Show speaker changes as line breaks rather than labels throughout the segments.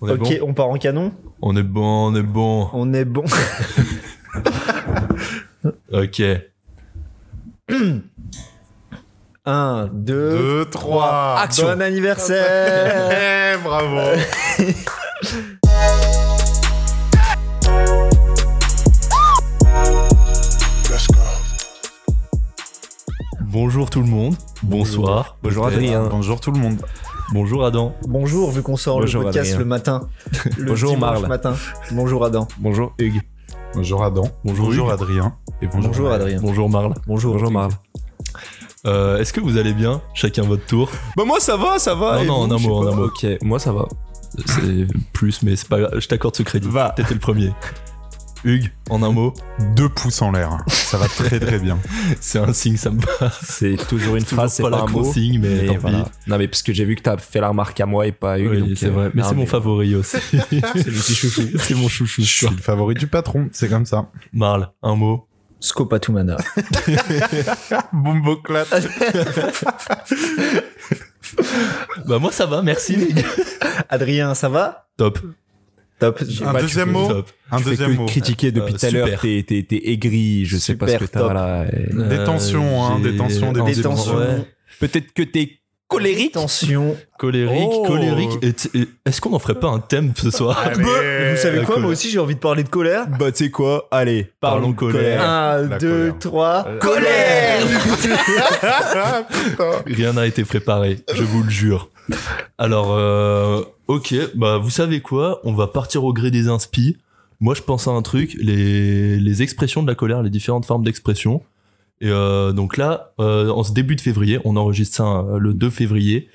On est
ok,
bon.
on part en canon
On est bon, on est bon.
On est bon.
Ok.
1, 2,
2, 3.
Action.
bon anniversaire
Eh, bravo.
Bonjour tout le monde. Bonsoir.
Bonjour
peut-être.
Adrien.
Bonjour tout le monde.
Bonjour Adam.
Bonjour, vu qu'on sort
Bonjour,
le podcast
Adrien.
le matin. Le
Bonjour,
dimanche
Marle.
matin. Bonjour Adam.
Bonjour Hugues.
Bonjour Adam.
Bonjour
Bonjour
Hugues.
Adrien. Et bonjour.
Bonjour Adrien.
Bonjour Marle.
Bonjour. Bonjour Marl.
Euh, Est-ce que vous allez bien Chacun votre tour.
Bah moi ça va, ça va.
Non,
et
non,
vous,
en un
je
mot,
sais
en un
pas.
mot.
Ok, moi ça va.
C'est plus, mais c'est pas grave. Je t'accorde ce crédit.
Va.
T'étais le premier. Hugues, en un mot,
Deux pouces en l'air. Ça va très très bien.
c'est un signe, ça me va.
C'est toujours une
Toujours
phrase, c'est
pas
pas,
la
un mot.
consigne, mais tant pis.
Non mais parce que j'ai vu que t'as fait la remarque à moi et pas à Hugues.
Oui,
donc,
c'est
euh,
vrai. Mais
non,
c'est mon favori aussi. c'est mon chouchou.
Je suis le favori du patron, c'est comme ça.
Marle, un mot.
Scopatumana.
Bombo
Ah,
Bah moi ça va, merci les gars.
Adrien, ça va
Top.
Top. Ah,
Un
Bah, tu
deuxième
fais-
mot.
Top.
Un
Tu fais
deuxième
que
mot.
critiquer depuis
Euh,
tout à l'heure,
super.
t'es t'es- t'es aigri, je sais pas ce
Super
que
top.
t'as là. et-
Des tensions, hein,
Euh, j'ai-
des tensions, des
en-
Des tensions.
ouais.
Peut-être que t'es colérique.
Tension.
Colérique,
Oh.
colérique. Et t- et- Est-ce qu'on en ferait pas un thème ce soir
Bah, vous savez
Ah, la
quoi,
colère.
moi aussi j'ai envie de parler de colère.
Bah tu sais quoi, allez,
Parlons colère.
colère.
1,
la
2,
colère.
3.
Ah, putain.
Rien n'a été préparé, je vous le jure. Alors, euh, ok, bah vous savez quoi On va partir au gré des inspi. Moi, je pense à un truc, les, les expressions de la colère, les différentes formes d'expression. Et euh, donc là, euh, en ce début de février, on enregistre ça euh, le 2 février.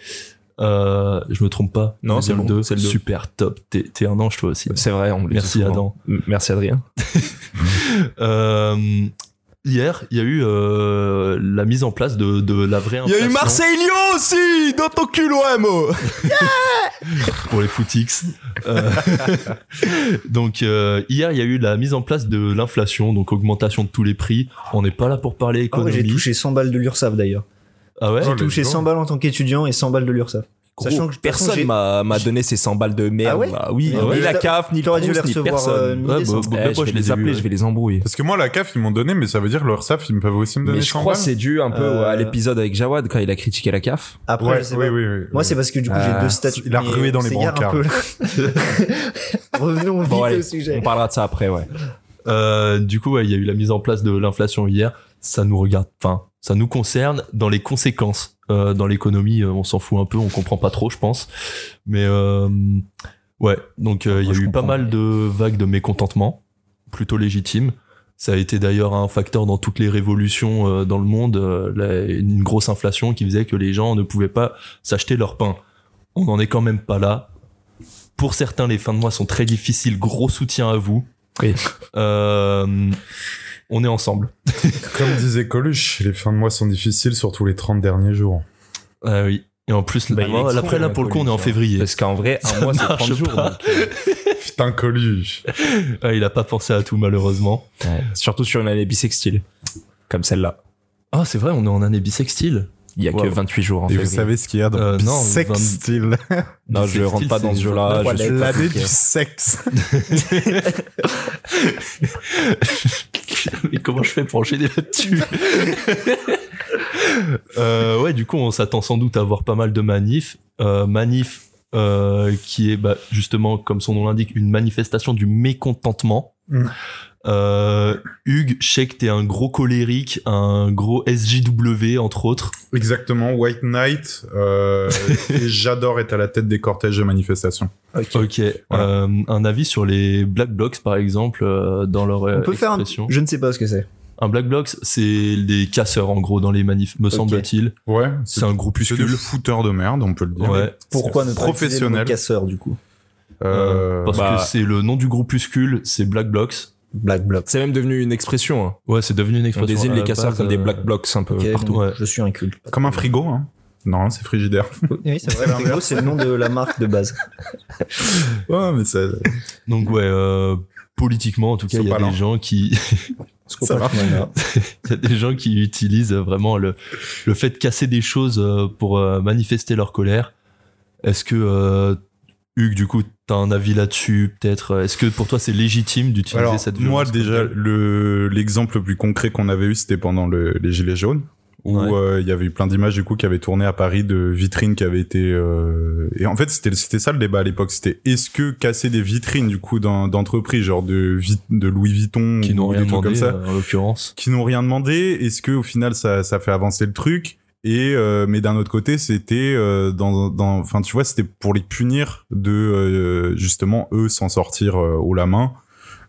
Euh, je me trompe pas
Non, c'est
le
bon,
2.
c'est le 2.
Super top. T'es t'es un ange toi aussi.
C'est vrai, on me le dit
Merci,
souvent.
Adam.
M- Merci Adrien.
Euh, hier, il y a eu euh, la mise en place de, de la vraie.
Il y a eu
inflation.
Marseille-Lyon aussi dans ton cul OMO.
pour les footix. Euh, donc euh, hier, il y a eu la mise en place de l'inflation, donc augmentation de tous les prix. On n'est pas là pour parler
Ah ouais,
économie.
j'ai touché 100 balles de l'URSAF d'ailleurs.
Ah ouais
Oh,
J'ai
les
touché
gens.
100 balles en tant qu'étudiant et 100 balles de l'URSAF. Sachant que de toute façon,
personne
j'ai-
m'a m'a donné ces 100 balles de merde.
Ah ouais
là. oui,
Ah
ouais.
ni la CAF, ni le
T'aurais dû
Crous,
les
ni
recevoir,
personne.
euh, mille
Ouais,
descentes.
bah, bah,
Eh,
moi,
je vais les
ai
appeler,
vus,
je vais les embrouiller.
Parce que moi, la CAF, ils m'ont donné, mais ça veut dire que leur SAF, ils peuvent aussi me donner
Mais je
100
crois que
balles.
c'est dû un peu
Euh,
à l'épisode avec Jawad quand il a critiqué la CAF.
Après,
Ouais,
je sais
oui,
pas.
oui, oui.
Moi, c'est parce que du coup,
Ah,
j'ai deux statuts.
Euh, il a
mais
rué dans
on
les
s'égare un peu, là. Revenons vite
Bon, allez,
au sujet.
on parlera de ça après, ouais.
Euh, du coup, ouais, il y a eu la mise en place de l'inflation hier. Ça nous regarde, enfin, ça nous concerne dans les conséquences. Euh, dans l'économie, euh, on s'en fout un peu, on comprend pas trop, je pense. Mais euh, ouais, donc euh, il y
Moi,
a
je
eu pas
comprends.
mal de vagues de mécontentement, plutôt légitimes. Ça a été d'ailleurs un facteur dans toutes les révolutions euh, dans le monde, euh, la- une grosse inflation qui faisait que les gens ne pouvaient pas s'acheter leur pain. On n'en est quand même pas là. Pour certains, les fins de mois sont très difficiles. Gros soutien à vous.
Oui.
Euh, on est ensemble.
Comme disait Coluche, les fins de mois sont difficiles, surtout les 30 derniers jours.
Ah oui. Et en plus,
Bah,
là,
il est con,
après, là,
le
pour le coup, on est en
Coluche, hein.
février.
Parce qu'en vrai,
Ça
un mois, c'est
marche
30 jours.
pas.
donc.
Putain, Coluche.
Ah, il a pas pensé à tout, malheureusement.
Ouais, Surtout sur une année bisextile. Comme celle-là.
Ah, c'est vrai, on est en année bisextile.
Il y a que
Wow.
28 jours en
Et vous
février.
savez ce qu'il y a dans
Euh, non,
sextile
Non, je rentre pas dans ce jeu-là. je suis pas
L'année
cliqué.
du sexe.
Mais comment je fais pour enchaîner là-dessus Euh, Ouais, du coup, on s'attend sans doute à avoir pas mal de manifs. Euh, manif euh, qui est bah, justement, comme son nom l'indique, une manifestation du mécontentement.
Mm.
Euh, Hugues, je sais que t'es un gros colérique, un gros SJW entre autres.
Exactement, White Knight. euh, et J'adore être à la tête des cortèges de manifestations.
Ok. Euh, un avis sur les Black Blocs par exemple euh, dans leur euh,
On peut faire un.
expression.
Je ne sais pas ce que c'est.
Un Black Blocs, c'est des casseurs en gros dans les manifs, me semble-t-il.
Ouais,
C'est un
c'est des
groupuscule.
fouteurs de merde, on peut le dire.
Ouais.
Pourquoi ne pas utiliser le mot
professionnel.
casseur du coup
Euh,
parce
bah-
que c'est le nom du groupuscule, c'est Black Blocks.
Black Bloc.
C'est même devenu une expression. hein.
Ouais, c'est devenu une
On
expression.
désigne
à
les
la
casseurs
base,
comme des
euh,
black blocks un peu
Ok,
partout.
donc,
ouais.
Je suis inculte.
Comme un frigo, hein. Non, c'est frigidaire.
Oui, c'est vrai. frigo, c'est le nom de la marque de base.
ouais, mais ça,
Donc ouais, euh, politiquement en tout cas,
Ils sont
il y a
pas
des
lents.
gens qui,
Ça va.
Scopatumana.
il y a des gens qui utilisent vraiment le le fait de casser des choses euh, pour euh, manifester leur colère. Est-ce que euh, Hugues, du coup, t'as un avis là-dessus, peut-être euh, Est-ce que pour toi c'est légitime d'utiliser
Alors,
cette
moi
violence comme
déjà,
telle
le l'exemple le plus concret qu'on avait eu, c'était pendant le- les Gilets jaunes, où euh, il
Ouais.
y avait eu plein d'images du coup qui avaient tourné à Paris de vitrines qui avaient été... euh, Et en fait, c'était c'était ça le débat à l'époque, c'était est-ce que casser des vitrines du coup d'un- d'entreprises, genre de, vit- de Louis Vuitton
qui n'ont
ou
rien
des trucs
demandé,
comme ça,
euh, en l'occurrence.
qui n'ont rien demandé. Est-ce que au final ça, ça fait avancer le truc Et euh, mais d'un autre côté, c'était euh, dans dans enfin tu vois, c'était pour les punir de euh, justement eux s'en sortir euh, haut la main.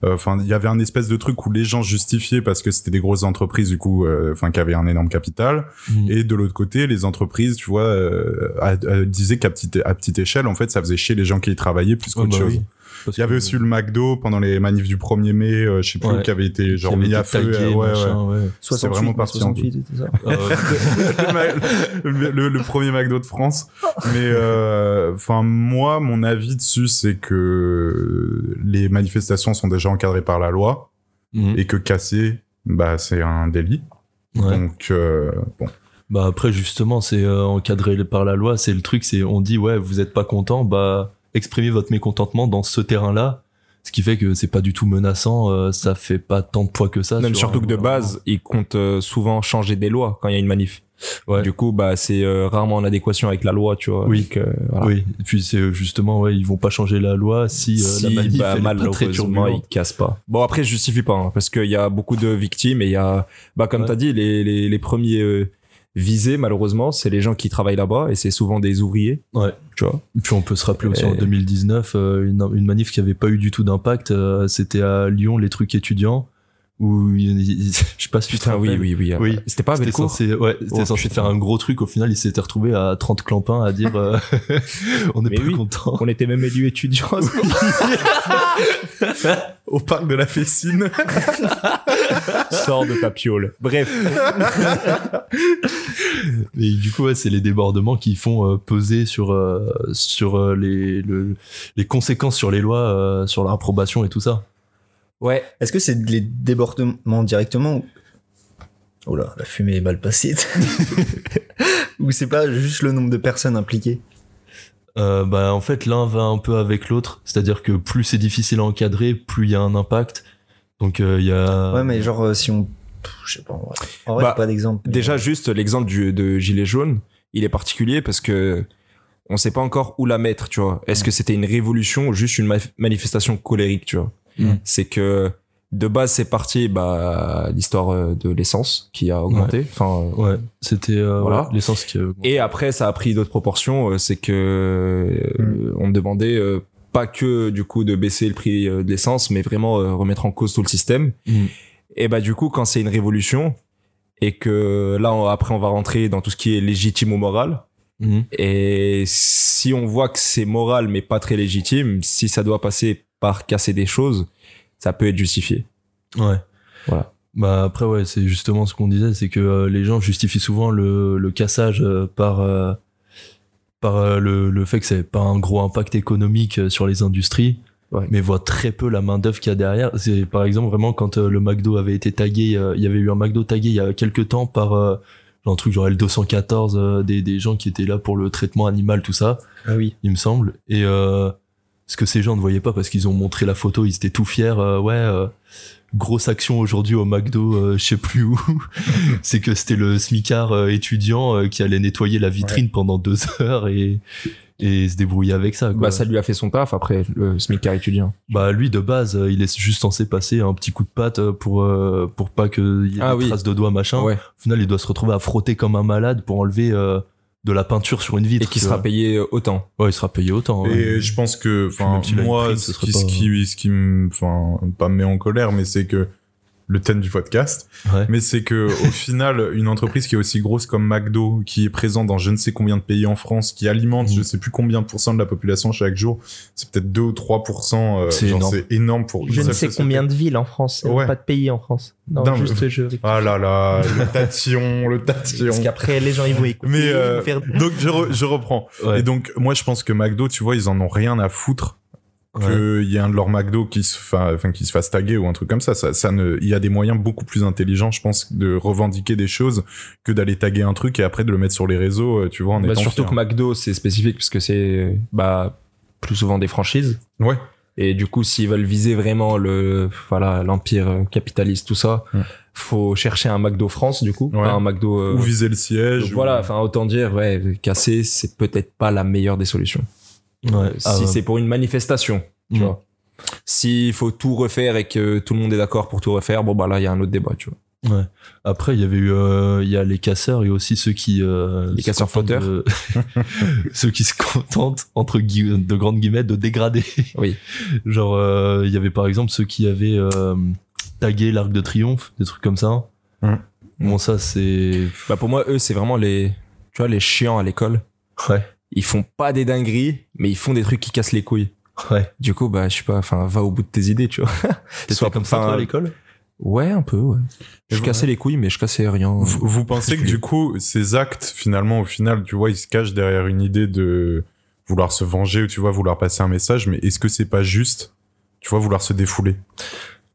Euh, Enfin, il y avait un espèce de truc où les gens justifiaient parce que c'était des grosses entreprises du coup, euh, enfin qui avaient un énorme capital.
Mm.
Et de l'autre côté, les entreprises, tu vois, euh, à- à- disaient qu'à petite à petite échelle, en fait, ça faisait chier les gens qui y travaillaient plus
Ouais,
qu'autre
bah
chose.
oui. Parce
Il y avait
que-
aussi le McDo pendant les manifs du 1er mai, euh, je sais plus,
Ouais.
qui avait été
qui
genre
avait
mis
été
à feu.
tagué,
euh, ouais, ouais.
machin, ouais.
68,
vraiment
mais
parti en
68, c'est ça
Euh,
le, ma- le- le- le premier McDo de France. Mais euh, enfin, moi, mon avis dessus, c'est que les manifestations sont déjà encadrées par la loi
mm.
et que casser, bah, c'est un délit.
Ouais.
Donc, euh, bon.
Bah après justement c'est euh, encadré par la loi, c'est le truc, c'est on dit ouais vous êtes pas content, bah exprimez votre mécontentement dans ce terrain-là, ce qui fait que c'est pas du tout menaçant, euh, ça fait pas tant de poids que ça.
Même
sur
surtout
un
que de
gouvernement.
base, ils comptent euh, souvent changer des lois quand il y a une manif.
Ouais.
Du coup, bah, c'est euh, rarement en adéquation avec la loi, tu vois.
Oui.
Donc, euh, voilà.
Oui, et puis c'est euh, justement ouais ils vont pas changer la loi si, euh,
Si,
la manif
bah,
elle est pas très
malheureusement, ils
turbulente.
cassent pas. Bon, après, je justifie pas, hein, parce qu'il y a beaucoup de victimes et il y a, bah, comme
Ouais.
t'as dit, les, les, les premiers euh, visés, malheureusement, c'est les gens qui travaillent là-bas et c'est souvent des ouvriers.
Ouais.
Tu vois.
Puis on peut se rappeler aussi en
Et-
2019 euh, une, une manif qui avait pas eu du tout d'impact, euh, c'était à Lyon les trucs étudiants où il- il- je sais pas si tu te
Putain, oui,
rappelles.
oui, oui.
Oui.
C'était pas
C'était
avec
censé, ouais, c'était
Ah, Oh,
censé
putain.
faire un gros truc. Au final, il s'était retrouvé à 30 clampins à dire euh, on n'est
Mais
pas
oui.
content.
On était même élus étudiants.
Au parc de la Fessine.
Sors de ta piole. Bref.
Et du coup, ouais, c'est les débordements qui font euh, peser sur, euh, sur euh, les, le- les conséquences sur les lois, euh, sur leur approbation et tout ça.
Ouais.
Est-ce que c'est les débordements directement ou- Oh là, la fumée est mal passée. Ou c'est pas juste le nombre de personnes impliquées
Euh, bah, en fait, l'un va un peu avec l'autre. C'est-à-dire que plus c'est difficile à encadrer, plus il y a un impact. Donc, euh, il y a.
Ouais, mais genre euh, si on. Pff, Je sais pas, en vrai. En vrai,
Bah,
j'ai pas d'exemple. mais-
Déjà, juste l'exemple du- de Gilet jaune, il est particulier parce que on sait pas encore où la mettre, tu vois. Est-ce que c'était une révolution ou juste une maf- manifestation colérique, tu vois
Mm.
C'est que de base, c'est parti, bah, l'histoire euh, de l'essence qui a augmenté. Enfin, euh,
Ouais, c'était euh,
Voilà.
ouais, l'essence qui. euh,
et après, ça a pris d'autres proportions. euh, C'est que euh, on demandait euh, pas que du coup de baisser le prix euh, de l'essence, mais vraiment euh, remettre en cause tout le système.
Mm.
Et bah du coup, quand c'est une révolution et que là on- après on va rentrer dans tout ce qui est légitime ou moral.
Mhm.
Et si on voit que c'est moral mais pas très légitime, si ça doit passer par casser des choses, ça peut être justifié.
Ouais.
Voilà.
Bah après ouais, c'est justement ce qu'on disait, c'est que euh, les gens justifient souvent le, le cassage euh, par euh, par euh, le, le fait que c'est pas un gros impact économique euh, sur les industries,
Ouais.
mais voient très peu la main d'œuvre qu'il y a derrière. C'est par exemple vraiment quand euh, le McDo avait été tagué, euh, il y avait eu un McDo tagué il y a quelques temps par euh, un truc genre L214, euh, des, des gens qui étaient là pour le traitement animal, tout ça
Ah oui.
il me semble. Et euh, ce que ces gens ne voyaient pas parce qu'ils ont montré la photo, ils étaient tout fiers. euh, ouais, euh, grosse action aujourd'hui au McDo, euh, je sais plus où. c'est que c'était le smicard euh, étudiant euh, qui allait nettoyer la vitrine pendant deux heures et, et se débrouiller avec ça. Quoi.
Bah ça lui a fait son taf après le smicard étudiant.
Bah, lui, de base, euh, il est juste censé passer un petit coup de patte euh, pour, euh, pour pas qu'il y ait
Ah
des
oui.
traces de doigts, machin.
Ouais.
Au final, il doit se retrouver à frotter comme un malade pour enlever euh, de la peinture sur une vitre.
Et qui
tu
sera
vois.
payé euh, autant.
Ouais, il sera payé autant. ouais.
Et je pense que, enfin,
même s'il a une
moi,
prime,
ce
ce
qui,
serait
ce
pas-
qui, ce qui me, enfin, pas me met en colère, mais c'est que le thème du podcast,
Ouais.
mais c'est que au final, une entreprise qui est aussi grosse comme McDo, qui est présente dans je ne sais combien de pays en France, qui alimente
Mhm.
je sais plus combien de pourcents de la population chaque jour, c'est peut-être 2 ou 3 pourcents, euh,
C'est
genre,
énorme.
c'est énorme pour une seule société.
de villes en France,
Ouais.
de pays en France.
Non,
je.
Ah là là, le tatillon, le tatillon.
qu'après, les gens, ils vont écouter.
Mais
ils vont
euh,
faire-
donc je, re- je reprends.
Ouais.
Et donc moi je pense que McDo, tu vois, ils en ont rien à foutre
Ouais.
qu'il y ait un de leurs McDo qui se, fa- enfin, qui se fasse taguer ou un truc comme ça. ça, ça ne, il y a des moyens beaucoup plus intelligents, je pense, de revendiquer des choses que d'aller taguer un truc et après de le mettre sur les réseaux, euh, tu vois, en
Bah,
étant
surtout
fier.
que McDo, c'est spécifique parce que c'est bah, plus souvent des franchises.
Ouais.
Et du coup, s'ils veulent viser vraiment le voilà l'empire euh, capitaliste, tout ça,
Ouais.
faut chercher un McDo France du coup,
Ouais.
pas un McDo. euh,
Ou viser le siège.
donc
ou-
voilà, enfin autant dire, ouais, casser, c'est peut-être pas la meilleure des solutions.
Ouais,
si
ah,
c'est pour une manifestation, tu
Mm.
vois. S'il faut tout refaire et que tout le monde est d'accord pour tout refaire, bon bah là il y a un autre débat, tu vois.
Après, il y avait eu, euh, il y a les casseurs et aussi ceux qui. euh,
Les
se
casseurs
contentent
fauteurs.
de- ceux qui se contentent, entre gui- de grandes guillemets, de dégrader.
Oui.
Genre, euh, il y avait par exemple ceux qui avaient euh, tagué l'Arc de Triomphe, des trucs comme ça.
Hum.
Bon, ça, c'est.
Bah pour moi eux c'est vraiment les, tu vois les chiants à l'école.
Ouais.
Ils font pas des dingueries, mais ils font des trucs qui cassent les couilles.
Ouais.
Du coup bah je sais pas, enfin va au bout de tes idées, tu vois.
T'étais comme ça,
enfin,
toi, à l'école
Ouais un peu. Ouais.
Et
Je
vous-
cassais les couilles mais je cassais rien.
Vous, vous pensez que du coup, ces actes, finalement, au final, tu vois, ils se cachent derrière une idée de vouloir se venger ou tu vois, vouloir passer un message, mais est-ce que c'est pas juste, tu vois, vouloir se défouler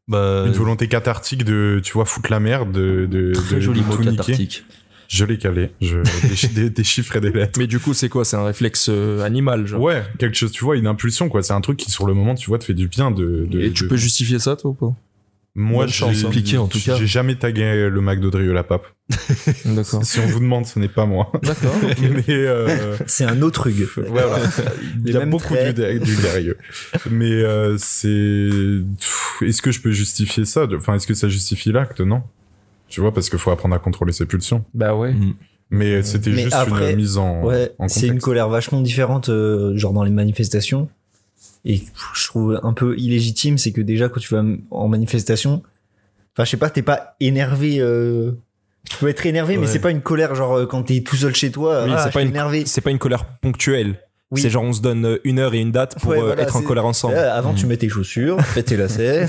bah,
Une volonté cathartique de, tu vois, foutre la merde, de, de,
Très
de-
joli
de
mot
tout niquer.
cathartique.
Je l'ai calé, je, des, chi- des- des chiffres et des lettres.
Mais du coup c'est quoi C'est un réflexe euh, animal, genre.
Ouais, quelque chose, tu vois, une impulsion, quoi. C'est un truc qui, sur le moment, tu vois, te fait du bien de. de-
et tu
de-
peux justifier ça toi ou pas
Moi,
Bonne
j'ai-
chance, hein. Expliquer, en tout cas.
J'ai jamais tagué le Mac d'Audrieux la pape.
D'accord.
Si on vous demande, ce n'est pas moi.
D'accord.
Mais. euh,
C'est un autre Hugues.
Ouais, voilà. Il y a
mêmes
beaucoup du,
traits.
dé- du derrière. Mais euh, c'est. Pff, Est-ce que je peux justifier ça de- Enfin, est-ce que ça justifie l'acte Non. Tu vois, parce qu'il faut apprendre à contrôler ses pulsions.
Bah ouais.
Mm.
Mais c'était
Mais
juste
après,
une mise en.
Ouais,
en
c'est une
contexte.
colère vachement différente, euh, genre dans les manifestations. Et je trouve un peu illégitime, c'est que déjà quand tu vas en manifestation, enfin je sais pas, t'es pas énervé. euh, tu peux être énervé, mais
Ouais.
c'est pas une colère genre euh, quand t'es tout seul chez toi.
Oui,
ah,
c'est
je
pas
suis
une-
énervé.
C'est pas une colère ponctuelle.
Oui.
C'est genre on se donne euh, une heure et une date pour
Ouais,
euh,
voilà,
être en
c'est-
colère ensemble.
Ah, avant tu mets tes chaussures, fais tes lacets.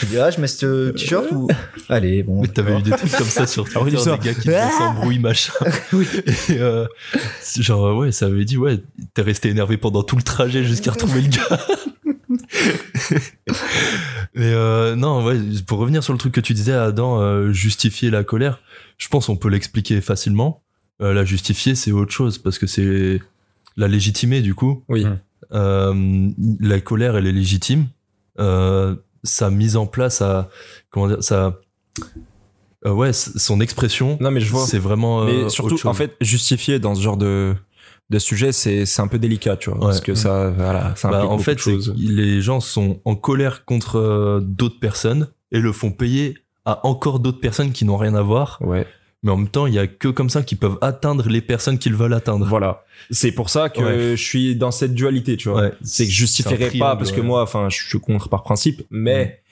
tu dis ah je mets ce t-shirt ou allez bon.
Mais t'avais eu des trucs comme ça sur Twitter,
l'histoire.
des gars qui disaient s'embrouillent, machin. Et euh, c'est genre, ouais, ça avait dit, ouais, t'es resté énervé pendant tout le trajet jusqu'à retrouver le gars. Mais euh, non, ouais, pour revenir sur le truc que tu disais, Adam, euh, justifier la colère, je pense qu'on peut l'expliquer facilement. Euh, la justifier, c'est autre chose, parce que c'est la légitimer, du coup.
Oui.
Euh, la colère, elle est légitime. Euh, sa mise en place, à, comment dire, sa, euh, ouais, s- son expression,
Non mais je vois.
c'est vraiment. euh,
Mais surtout,
autre chose.
en fait, justifier dans ce genre de, de sujet, c'est c'est un peu délicat, tu vois.
Ouais.
Parce que ça, voilà, ça
Bah,
implique
en
beaucoup
fait,
de choses.
c'est- les gens sont en colère contre euh, d'autres personnes et le font payer à encore d'autres personnes qui n'ont rien à voir.
Ouais,
Mais en même temps, il y a que comme ça qu'ils peuvent atteindre les personnes qu'ils veulent atteindre.
voilà. C'est pour ça que
Ouais.
je suis dans cette dualité, tu vois.
Ouais,
C'est que je
c'est un
justifierais pas
triangle,
parce que
ouais. Mm.
moi, enfin, je suis contre par principe, mais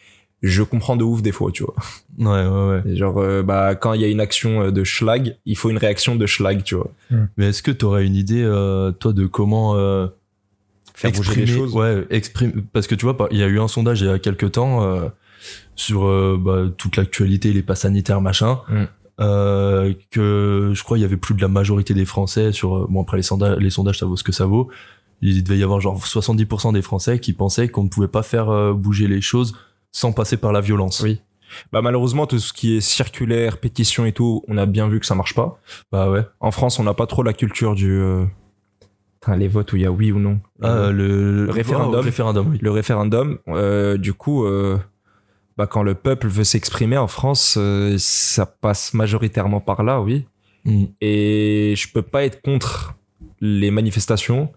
je comprends de ouf des fois, tu vois.
Ouais, ouais, ouais.
Et genre, euh, bah, quand il y a une action euh, de schlag, il faut une réaction de schlag, tu vois.
Mais est-ce que tu aurais une idée, euh, toi, de comment euh,
Faire bouger les choses.
Ouais, exprime. Parce que tu vois, par- il y a eu un sondage il y a quelques temps euh, sur euh, bah, toute l'actualité, les pas sanitaires, machin.
Mm.
euh, que je crois il y avait plus de la majorité des Français sur euh, bon après les sondages les sondages ça vaut ce que ça vaut il devait y avoir genre 70% des Français qui pensaient qu'on ne pouvait pas faire euh, bouger les choses sans passer par la violence
Oui. Bah, malheureusement, tout ce qui est circulaire, pétition et tout, on a bien vu que ça marche pas.
bah ouais
En France, on n'a pas trop la culture du. euh, putain, les votes où il y a oui ou non.
Ah,
Euh,
le,
le référendum.
le référendum oui.
Le référendum, euh, du coup, euh, bah, quand le peuple veut s'exprimer en France, euh, ça passe majoritairement par là, oui.
Mm.
Et je peux pas être contre les manifestations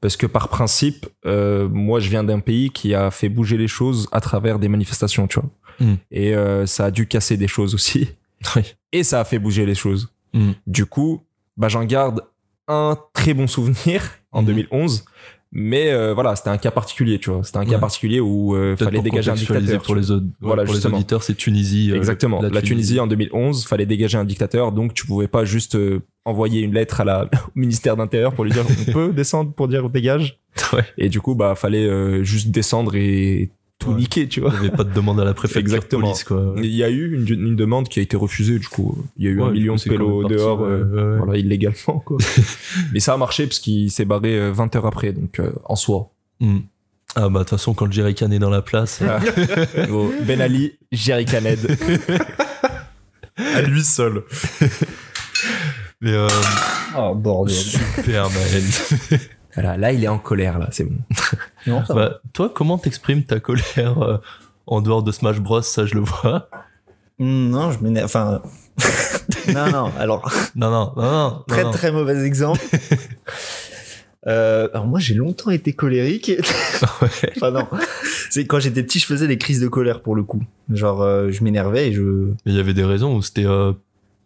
parce que par principe, euh, moi, je viens d'un pays qui a fait bouger les choses à travers des manifestations, tu vois.
Mm.
Et euh, ça a dû casser des choses aussi
Oui.
et ça a fait bouger les choses.
Mm.
Du coup, bah, j'en garde un très bon souvenir en
Mhm.
2011, mais euh, voilà, c'était un cas particulier, tu vois. C'était un cas
Ouais.
particulier où euh,
Peut-être
fallait
pour
dégager un
contextualiser
dictateur.
pour les, aud-
Voilà,
pour les
justement.
auditeurs c'est Tunisie euh,
Exactement. La, Tunisie. en 2011, fallait dégager un dictateur, donc tu pouvais pas juste euh, envoyer une lettre à la, au ministère d'Intérieur pour lui dire on peut descendre pour dire dégage.
Ouais.
Et du coup, bah fallait euh, juste descendre et tout
Ouais.
niquer, tu vois.
Il n'y avait pas de demande à la préfecture
Exactement.
de police, quoi.
Il y a eu une, une demande qui a été refusée, du coup. Il y a eu un
Ouais,
million de
c'est quand même
pélos
parti,
dehors.
ouais,
euh,
ouais.
voilà, illégalement quoi. Mais ça a marché parce qu'il s'est barré euh, 20 heures après, donc euh, en soi.
Hmm. Ah bah de toute façon quand le jerrycan est dans la place,
Ah. Gros, ben Ali, Jerry Caned.
À lui seul.
mais euh,
Oh bordel.
super man.
Voilà, là, il est en colère, là, c'est bon.
Non, ça va.
Bah, toi, comment t'exprimes ta colère euh, en dehors de Smash Bros Ça, je le vois.
Hmm, Non, je m'énerve. Enfin. non, non, alors,
Non, non, non, non. non,
très
non.
très mauvais exemple. Euh, alors, moi, j'ai longtemps été colérique.
Ouais.
enfin, non. C'est quand j'étais petit, je faisais des crises de colère pour le coup. Genre, euh, je m'énervais et je.
Mais il y avait des raisons où c'était. euh,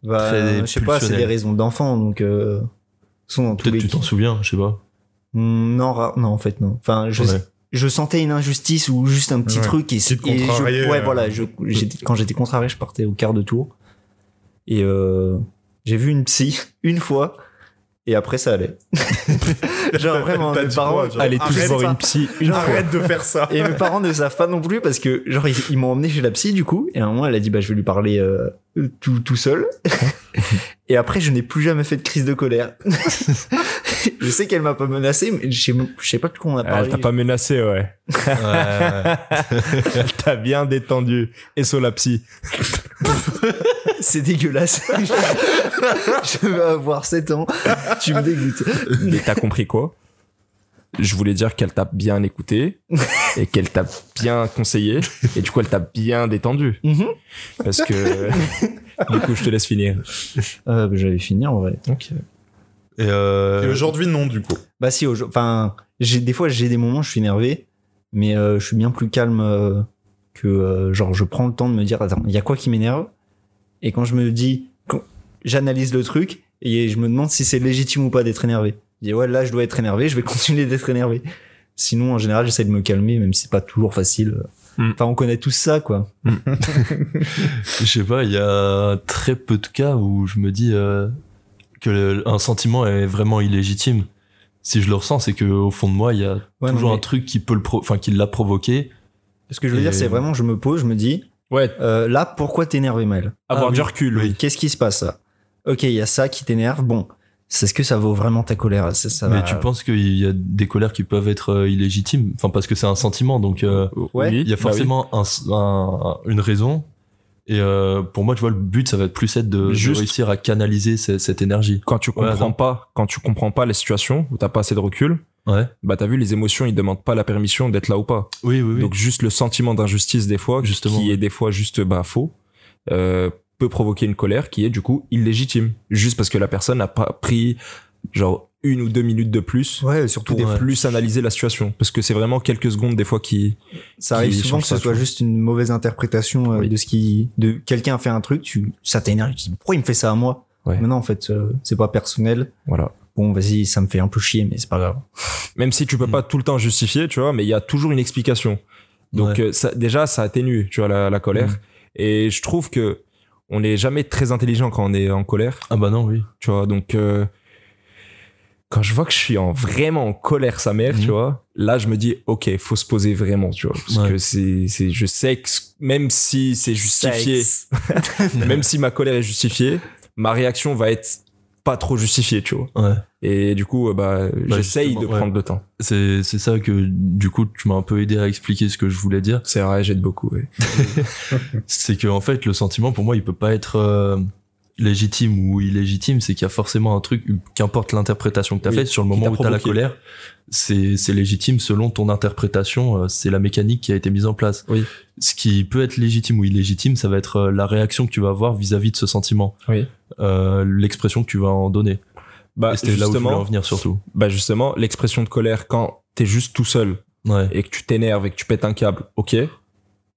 Bah,
Très
je sais pas, c'est
pulsionnel.
des raisons d'enfant, donc. Euh, sont dans tous
Peut-être
les
tu t'en souviens, je sais pas.
Hmm, Non, ra- non, en fait, non. Enfin, je,
Ouais.
je sentais une injustice ou juste un petit
Ouais.
truc et,
Qui te
et je-
contrariait,
ouais
euh.
voilà je, j'étais- quand j'étais contrarié je partais au quart de tour et euh, j'ai vu une psy une fois et après ça allait genre vraiment
T'as
mes
dit
parents
quoi, genre, ah,
Allez tous
arrête
voir
ça.
une psy une fois.
Arrête de faire ça.
et mes parents ne savent pas non plus parce que genre ils, ils m'ont emmené chez la psy du coup et à un moment elle a dit bah je vais lui parler euh, tout, tout seul et après je n'ai plus jamais fait de crise de colère je sais qu'elle m'a pas menacé mais je sais, je sais pas de quoi on a
Ah,
parlé
elle t'a pas menacé, ouais. Elle t'a bien détendu. Et sur la psy.
C'est dégueulasse. je vais avoir 7 ans. Tu me dégoûtes.
Mais t'as compris quoi Je voulais dire qu'elle t'a bien écouté et qu'elle t'a bien conseillé et du coup elle t'a bien détendu parce que du coup je te laisse finir.
Euh, bah, J'avais fini en vrai.
Et, euh,
Et aujourd'hui, non, du coup.
Bah si, au- enfin, j'ai des fois j'ai des moments où je suis énervé, mais euh, je suis bien plus calme euh, que euh, genre je prends le temps de me dire attends il y a quoi qui m'énerve et quand je me dis quand- j'analyse le truc et je me demande si c'est légitime ou pas d'être énervé. Je dis ouais là je dois être énervé, je vais continuer d'être énervé. Sinon en général j'essaie de me calmer même si c'est pas toujours facile.
Hmm.
Mm.
Enfin on connaît tous ça quoi.
je sais pas, il y a très peu de cas où je me dis euh, que le- un sentiment est vraiment illégitime. Si je le ressens, c'est que au fond de moi, il y a
Ouais, non,
toujours
mais-
un truc qui peut le, pro- enfin, qui l'a provoqué.
Ce que je veux
Et-
dire, c'est vraiment, je me pose, je me dis,
Ouais,
euh, là, pourquoi t'énerver, Maël
avoir
Ah oui.
du recul. Oui.
Qu'est-ce qui se passe là Ok, il y a ça qui t'énerve. Bon, c'est ce que ça vaut vraiment ta colère ça, ça
Mais
va-
tu penses qu'il y a des colères qui peuvent être euh, illégitimes, enfin parce que c'est un sentiment, donc euh,
Ouais.
Oui,
il y a
bah oui.
forcément un- un- une raison. Et euh, pour moi, tu vois, le but, ça va être plus être de, de
Juste.
réussir à canaliser ce- cette énergie.
Quand tu
Ouais,
comprends
attends.
pas, quand tu comprends pas les situations où t'as pas assez de recul,
Ouais.
bah t'as vu les émotions, ils demandent pas la permission d'être là ou pas.
Oui, oui, oui.
Donc juste le sentiment d'injustice des fois,
Justement,
qui
ouais.
est des fois juste bah faux, euh, peut provoquer une colère qui est du coup illégitime, juste parce que la personne n'a pas pris genre une ou deux minutes de plus
Ouais, surtout
pour euh,
des-
Ouais.
plus analyser la situation, parce que c'est vraiment quelques secondes des fois qui
ça arrive
qui
souvent
change
que ce
pas,
soit
tu vois.
juste une mauvaise interprétation euh,
Oui.
de ce qui, de quelqu'un a fait un truc, tu, ça t'énerve, tu te dis pourquoi il me fait ça à moi
Ouais.
Mais non, en fait, euh, c'est pas personnel.
voilà.
Bon, vas-y, ça me fait un peu chier, mais c'est pas grave.
Même si tu peux
Mm.
pas tout le temps justifier, tu vois, mais il y a toujours une explication. Donc euh, ça, déjà ça atténue, tu vois, la, la colère.
Mm.
Et je trouve que on n'est jamais très intelligent quand on est en colère.
Ah bah non, oui.
tu vois donc euh, quand je vois que je suis en vraiment en colère sa mère
Mhm.
tu vois là je me dis ok faut se poser vraiment tu vois parce
Ouais.
que c'est c'est je sais que c- même si c'est justifié même si ma colère est justifiée ma réaction va être pas trop justifiée tu vois
Ouais.
et du coup euh, bah, j'essaye de
justement, ouais.
prendre le temps
C'est c'est ça que du coup tu m'as un peu aidé à expliquer ce que je voulais dire.
c'est vrai j'aide beaucoup ouais.
C'est que en fait le sentiment pour moi il peut pas être euh, légitime ou illégitime, c'est qu'il y a forcément un truc qu'importe l'interprétation que t'as
Oui,
faite sur le
qui
moment
t'a
où t'as la
provoqué.
colère, c'est c'est légitime selon ton interprétation, euh, c'est la mécanique qui a été mise en place.
Oui.
Ce qui peut être légitime ou illégitime, ça va être euh, la réaction que tu vas avoir vis-à-vis de ce sentiment,
Oui.
Euh, l'expression que tu vas en donner.
bah
Et C'était là où je voulais en
justement
venir surtout.
bah justement l'expression de colère quand t'es juste tout seul
Ouais.
et que tu t'énerves et que tu pètes un câble, ok.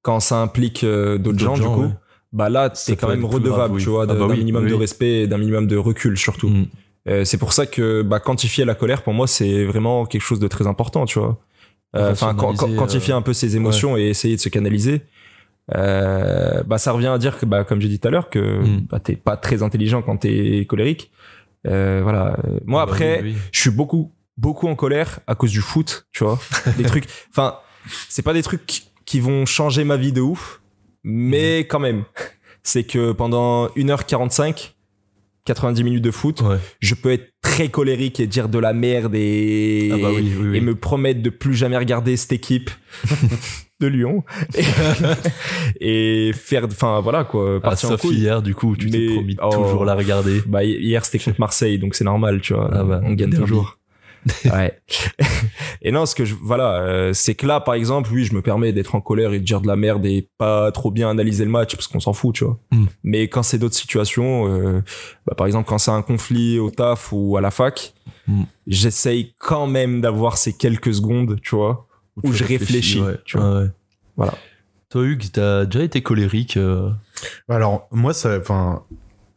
Quand ça implique euh, d'autres
D'autres
gens,
gens,
du coup,
ouais.
bah là,
Ça
c'est quand
peut
même
être plus
redevable,
grave, oui.
tu vois,
Ah
de-
bah
d'un
oui,
minimum
oui.
de respect et d'un minimum de recul surtout.
Mm.
Euh, c'est pour ça que bah, quantifier la colère, pour moi, c'est vraiment quelque chose de très important, tu vois. Euh, Enfin, quand- quand-
Rationaliser,
quantifier un peu ses émotions et essayer de se canaliser. Euh, bah, ça revient à dire que, bah, comme j'ai dit tout à l'heure, que
Mm.
bah, t'es pas très intelligent quand t'es colérique. Euh, voilà. Euh, Moi,
Ah bah
après,
oui, oui.
je suis beaucoup beaucoup en colère à cause du foot, tu vois. des trucs enfin, c'est pas des trucs qui vont changer ma vie de ouf,
Hmm.
mais quand même. C'est que pendant 1h45 90 minutes de foot,
Ouais.
je peux être très colérique et dire de la merde et
Ah bah oui, oui, oui.
et me promettre de plus jamais regarder cette équipe de Lyon et, et faire enfin voilà quoi,
Ah,
partir en
sauf
couille.
hier, du coup, tu t'es
Mais-
promis de
oh.
toujours la regarder.
Bah, hi- hier c'était contre Marseille, donc c'est normal, tu vois.
Ah bah,
on gagne
derby.
toujours. Ouais. et non, ce que je, voilà, euh, c'est que là, par exemple, oui, je me permets d'être en colère et de dire de la merde et pas trop bien analyser le match parce qu'on s'en fout, tu vois.
Mm.
Mais quand c'est d'autres situations, euh, bah, par exemple, quand c'est un conflit au taf ou à la fac,
Mm.
j'essaye quand même d'avoir ces quelques secondes, tu vois, où
tu
je réfléchis,
ouais.
tu vois.
Ouais, ouais.
Voilà.
Toi, Hugues, t'as déjà été colérique. euh,
Alors, moi, ça. Enfin,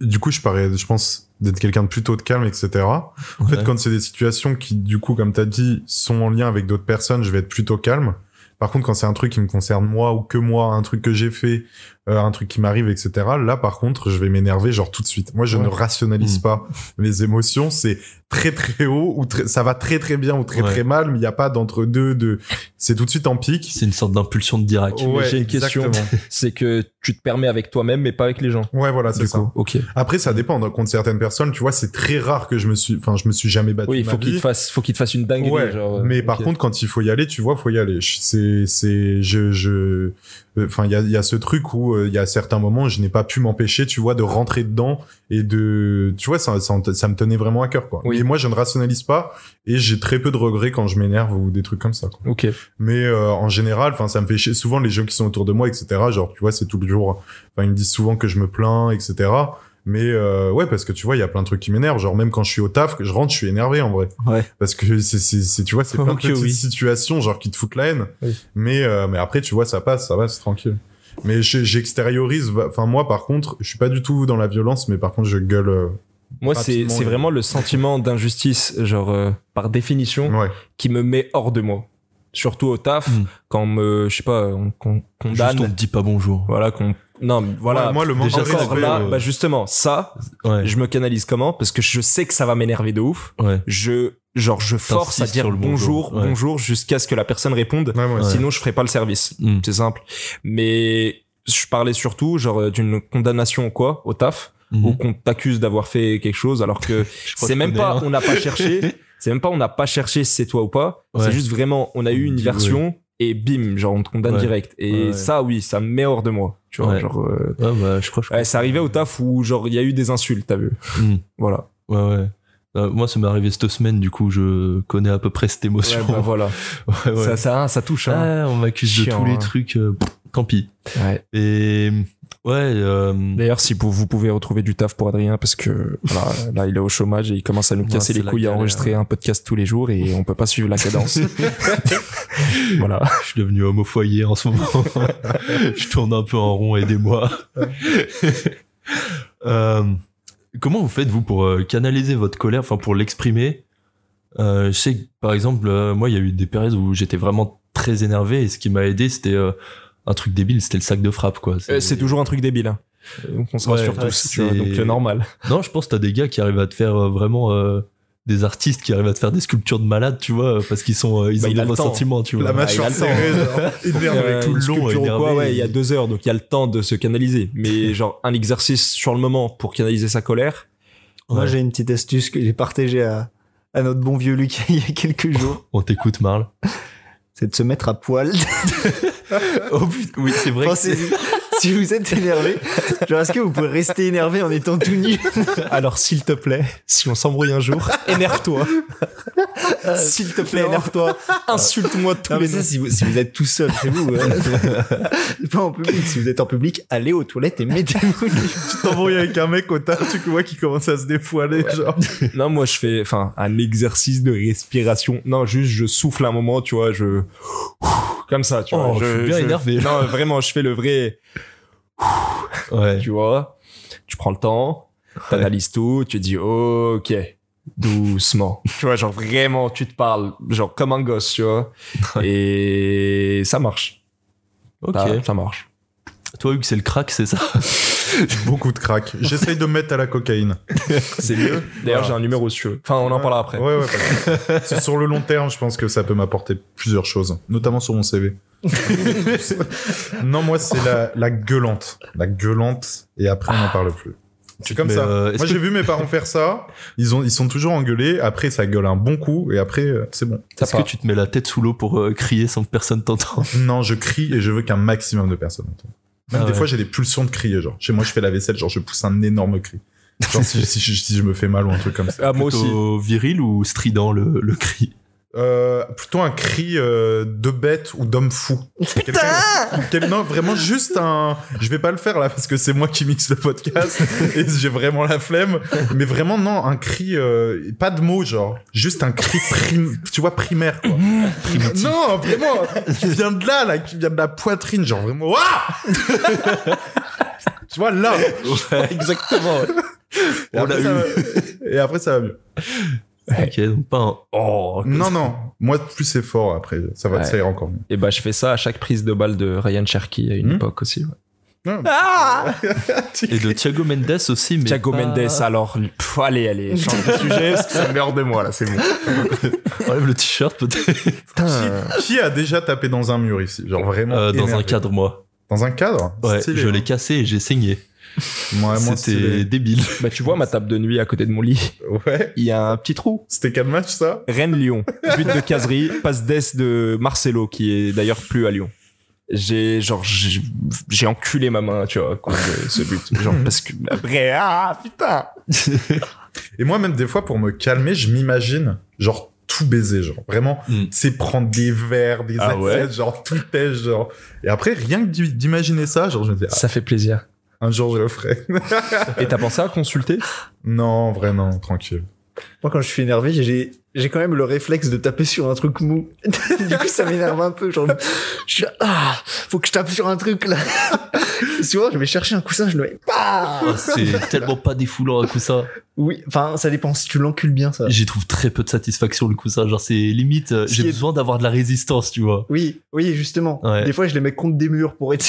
du coup, je parais, je pense, d'être quelqu'un de plutôt de calme, etc. En fait,
ouais.
quand c'est des situations qui, du coup, comme t'as dit, sont en lien avec d'autres personnes, je vais être plutôt calme. Par contre, quand c'est un truc qui me concerne moi ou que moi, un truc que j'ai fait, euh, un truc qui m'arrive, etc. Là, par contre, je vais m'énerver genre tout de suite. Moi, je ne rationalise
Hmm.
Mm.
pas mes émotions. C'est très très haut ou très- ça va très très bien ou très
Ouais.
très mal, mais il n'y a pas d'entre deux. De c'est tout de suite en pic.
C'est une sorte d'impulsion de Dirac.
mais j'ai une question.
exactement.
C'est que tu te permets avec toi-même, mais pas avec les gens.
Ouais, voilà, c'est
Du
ça.
coup, ok.
Après, ça dépend. Donc, Contre certaines personnes, tu vois, c'est très rare que je me suis, enfin, je me suis jamais battu.
Oui,
de
il
ma
faut qu'il
vie.
te fasse, faut qu'il te fasse une dinguerie.
Ouais,
genre, euh,
Mais par
ok.
contre, quand il faut y aller, tu vois, faut y aller. Je- C'est, c'est, je, je, enfin, il y a, il y a ce truc où euh, il y a certains moments, où je n'ai pas pu m'empêcher, tu vois, de rentrer dedans et de, tu vois, ça, ça, ça me tenait vraiment à cœur, quoi.
Oui.
Et moi, je ne rationalise pas et j'ai très peu de regrets quand je m'énerve ou des trucs comme ça. Quoi.
ok.
Mais euh, en général, enfin, ça me fait chier. Souvent, les gens qui sont autour de moi, etc. Genre, tu vois, c'est tout le jour. Enfin, ils me disent souvent que je me plains, etc. Mais euh, ouais, parce que tu vois, il y a plein de trucs qui m'énervent. Genre, même quand je suis au taf, que je rentre, je suis énervé en vrai.
Ouais.
Parce que c'est, c'est, c'est- tu vois, c'est plein
Ok,
de petites
oui.
situations, genre qui te foutent la haine.
Oui.
Mais euh, mais après, tu vois, ça passe, ça va, c'est tranquille. Mais je- j'extériorise. va- Enfin, moi, par contre, je suis pas du tout dans la violence, mais par contre, je gueule. euh,
Moi, c'est
Rapidement,
c'est
les-
vraiment le sentiment d'injustice, genre euh, par définition,
Ouais.
qui me met hors de moi. Surtout au taf,
Mm.
quand me, je sais pas, on qu'on
Juste,
condamne,
on te dit pas bonjour.
voilà, qu'on, non, mais voilà.
Ouais, moi, le manque
déjà
de
encore
respect,
là,
euh,
bah justement, ça,
Ouais.
je me canalise comment Parce que je sais que ça va m'énerver de ouf.
Ouais.
Je, genre, je force à
T'insistes sur
dire
le bonjour,
bonjour, bonjour,
ouais.
jusqu'à ce que la personne réponde.
Ouais, moi aussi.
Sinon, je ferai pas le service.
Mm.
C'est simple. Mais je parlais surtout, genre, euh, d'une condamnation ou quoi, au taf,
Mhm.
ou qu'on t'accuse d'avoir fait quelque chose, alors que
Je crois
c'est
que
même
je
pas
connais, hein.
on n'a pas cherché c'est même pas on n'a pas cherché si c'est toi ou pas
Ouais.
c'est juste vraiment on a eu
On
une
dit,
version et bim genre on te condamne
Ouais.
direct et
Ouais, ouais.
ça oui ça me met hors de moi tu vois
Ouais.
genre euh,
Ouais, bah, je crois que je
ouais, c'est arrivé au taf où genre il y a eu des insultes t'as vu
Mm.
voilà
Ouais, ouais. Euh, moi, ça m'est arrivé cette semaine, du coup, je connais à peu près cette émotion.
Ouais, bah, voilà
Ouais, ouais.
ça ça ça touche hein.
Ah, on m'accuse de
Chiant,
tous les
hein.
trucs. euh, pff, tant pis.
Ouais.
Et ouais, euh,
D'ailleurs, si vous, vous pouvez retrouver du taf pour Adrien, parce que voilà, là, il est au chômage et il commence à nous
Ouais,
casser
c'est
les
la
couilles à
galère.
enregistrer un podcast tous les jours et on peut pas suivre la cadence. voilà.
je suis devenu homme au foyer en ce moment. je tourne un peu en rond, aidez-moi. Euh, comment vous faites, vous, pour euh, canaliser votre colère, enfin, pour l'exprimer Euh, Je sais que, par exemple, euh, moi, il y a eu des périodes où j'étais vraiment très énervé et ce qui m'a aidé, c'était euh, un truc débile, c'était le sac de frappe, quoi.
Euh, C'est toujours un truc débile. hein. Donc, on se rassure
Ouais,
tous, tu vois,
c'est-
donc euh, normal.
Non, je pense que t'as des gars qui arrivent à te faire euh, vraiment euh, des artistes qui arrivent à te faire des sculptures de malades, tu vois, parce qu'ils sont euh, ils
Bah,
ont
il
des
a le temps.
ressentiments, tu vois.
La
bah, il a
mâchoire
le temps.
serrée, genre, énervé.
Euh,
tout le
une
long,
sculpture ou
énervé.
quoi, ouais, il y a deux heures, donc il y a le temps de se canaliser. Mais genre un exercice sur le moment pour canaliser sa colère.
Moi,
Ouais.
j'ai une petite astuce que j'ai partagée à, à notre bon vieux Luc il y a quelques jours.
On t'écoute, Marle.
C'est de se mettre à poil.
Oh putain, oui, c'est vrai. que c'est-
Pensez-y. si vous êtes énervé, genre, est-ce que vous pouvez rester énervé en étant tout nu
Alors s'il te plaît, si on s'embrouille un jour, énerve-toi.
Euh,
s'il te plaît,
Non.
énerve-toi. Insulte-moi tous
Non, mais
les
ça, si vous, si vous êtes tout seul chez vous, hein. pas en public. Si vous êtes en public, allez aux toilettes et mettez-vous.
Tu t'embrouilles avec un mec au taf, tu vois, qui commence à se défoiler, genre.
Non, moi je fais enfin un exercice de respiration. Non, juste je souffle un moment, tu vois, je comme ça, tu vois.
Oh, je suis bien énervé.
Non, vraiment, je fais le vrai.
Ouais.
tu vois. Tu prends le temps, t'analyses tout, tu dis ok, doucement. tu vois, genre vraiment, tu te parles, genre comme un gosse, tu vois. Et ça marche.
Ok.
Ça, ça marche.
Toi, Hugues, c'est le crack, c'est ça
Beaucoup de crack. J'essaye de me mettre à la cocaïne.
C'est mieux. D'ailleurs,
Voilà.
j'ai un numéro sur eux. Enfin, on en parlera après.
Ouais, ouais, parce que c'est sur le long terme, je pense que ça peut m'apporter plusieurs choses, notamment sur mon CV. non, moi, c'est la, la gueulante. La gueulante, et après, on n'en parle plus. C'est comme
Mais,
ça.
euh, est-ce
Moi,
que-
j'ai vu mes parents faire ça. Ils, ont, ils sont toujours engueulés. Après, ça gueule un bon coup, et après, euh, c'est bon.
Ça
Est-ce que
part.
tu te mets la tête sous l'eau pour euh, crier sans que personne t'entende
Non, je crie et je veux qu'un maximum de personnes entendent. Même
Ah
des
ouais.
fois, j'ai des pulsions de crier. Genre, chez moi, je fais la vaisselle, genre, je pousse un énorme cri. Genre, si, si- si- si je me fais mal ou un truc comme ça.
Ah, moi aussi.
Plutôt viril ou strident le, le cri
Euh, plutôt un cri euh, de bête ou d'homme fou. Quelqu'un- quel- non, vraiment juste un. Je vais pas le faire là parce que c'est moi qui mixe le podcast et j'ai vraiment la flemme. Mais vraiment, non, un cri. euh, Pas de mots, genre. Juste un cri prim... tu vois, primaire. Quoi. non, vraiment. Qui vient de là, là. Qui vient de la poitrine, genre vraiment. Ouah tu vois, là.
Exactement.
Et
On
après,
l'a eu.
ça va- et après, ça va mieux.
ok, donc pas un. Oh, comme
Non, non. Moi, plus c'est fort après. Ça va,
Ouais.
ça ira encore mieux.
Et bah, je fais ça à chaque prise de balle de Ryan Cherky à une
Hmm.
époque aussi. ouais.
Non. Tu
Et de Thiago Mendes aussi, mais.
Thiago
pas-
Mendes, alors, lui- pff, allez, allez, change de sujet, parce que ça me hors de moi là, c'est bon.
Enlève le t-shirt peut-être.
Qui, qui a déjà tapé dans un mur ici Genre vraiment
Euh, dans un
énervé.
cadre, moi.
Dans un cadre
Ouais,
Stylé,
je
hein.
l'ai cassé et j'ai saigné.
Ouais, moi,
C'était
c'était.
débile.
Bah, tu vois, ma table de nuit à côté de mon lit,
Ouais.
il y a un petit trou.
C'était quel match ça
Rennes-Lyon. But de caserie, passe d'Est de Marcelo, qui est d'ailleurs plus à Lyon. J'ai, genre, j'ai j'ai enculé ma main, tu vois, contre ce but. Genre, parce que après, ah, putain!
Et moi, même des fois, pour me calmer, je m'imagine, genre, tout baiser, genre. Vraiment,
Mm.
c'est prendre des verres, des
Ah ouais
assiettes, genre, tout est, genre. Et après, rien que d'i- d'imaginer ça, genre, je me dis, ah,
Ça fait plaisir.
un jour, je le ferai.
Et t'as pensé à consulter?
non, vraiment, tranquille.
Moi, quand je suis énervé, j'ai, j'ai quand même le réflexe de taper sur un truc mou. du coup, ça m'énerve un peu. Genre, je suis là, ah, faut que je tape sur un truc là. Et souvent, je vais chercher un coussin, je le mets. Bah
Ah, c'est tellement pas défoulant un coussin.
oui, enfin, ça dépend si tu l'encules bien, ça.
J'y trouve très peu de satisfaction le coussin. Genre, c'est limite, euh,
Si
j'ai
y a-
besoin d'avoir de la résistance, tu vois.
Oui, oui, justement.
Ouais.
Des fois, je les mets contre des murs pour être.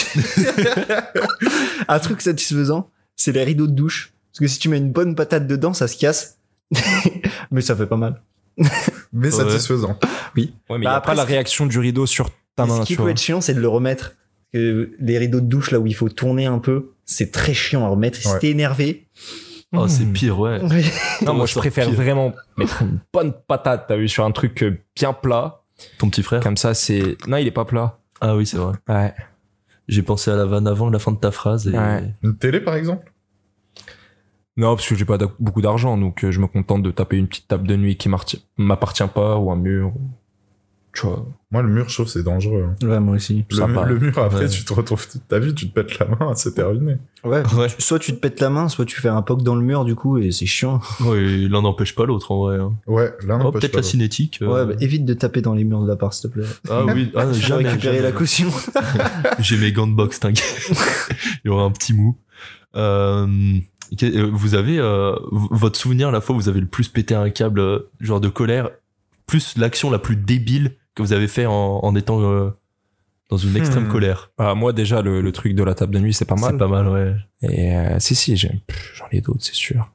un truc satisfaisant, c'est les rideaux de douche. Parce que si tu mets une bonne patate dedans, ça se casse. Mais ça fait pas mal.
Mais
Ouais.
satisfaisant.
Ouais, mais
Bah,
y a
après,
pas la
ce qui-
réaction du rideau sur ta
Mais
main,
ce qui
tu
peut
vois.
être chiant, c'est de le remettre. Parce que les rideaux de douche, là où il faut tourner un peu, c'est très chiant à remettre. Et
Ouais.
Si t'es énervé.
Oh, c'est
Mm.
pire, ouais.
Non, moi,
Moi,
je
je
préfère
pire.
vraiment mettre une bonne patate, t'as vu, sur un truc euh, bien plat.
Ton petit frère
Comme ça, c'est. Non, il est pas plat.
Ah oui, c'est vrai.
Ouais.
J'ai pensé à la vanne avant la fin de ta phrase. Et...
Ouais.
Une télé, par exemple
Non, parce que j'ai pas d'ac- beaucoup d'argent, donc euh, je me contente de taper une petite table de nuit qui m'arti- m'appartient pas ou un mur. ou- Tu vois.
Moi, le mur, je trouve, c'est dangereux. hein.
Ouais, moi aussi.
Le,
Sympa.
mu- le mur, après,
Ouais.
tu te retrouves toute ta vie, tu te pètes la main, c'est terminé.
Ouais.
Ouais.
Soit tu te pètes la main, soit tu fais un poc dans le mur, du coup, et c'est chiant.
Ouais, l'un n'empêche pas l'autre en vrai. hein.
Ouais, là,
Oh,
n'empêche
peut-être
pas
la
l'autre.
cinétique.
Ouais,
euh,
bah, évite de taper dans les murs de l'appart, s'il te plaît.
Ah oui, ah,
J'ai
jamais.
récupéré
jamais.
la caution.
J'ai mes gants de boxe, t'inquiète. Il y aura un petit mou. Euh, que- euh, vous avez euh, v- votre souvenir la fois où vous avez le plus pété un câble, euh, genre de colère, plus l'action la plus débile que vous avez fait en, en étant euh, dans une extrême
Hmm.
colère.
Ah, moi, déjà, le, le truc de la table de nuit, c'est pas
C'est
mal.
pas mal, ouais.
Et euh, si, si, j'ai- pff, j'en ai d'autres, c'est sûr.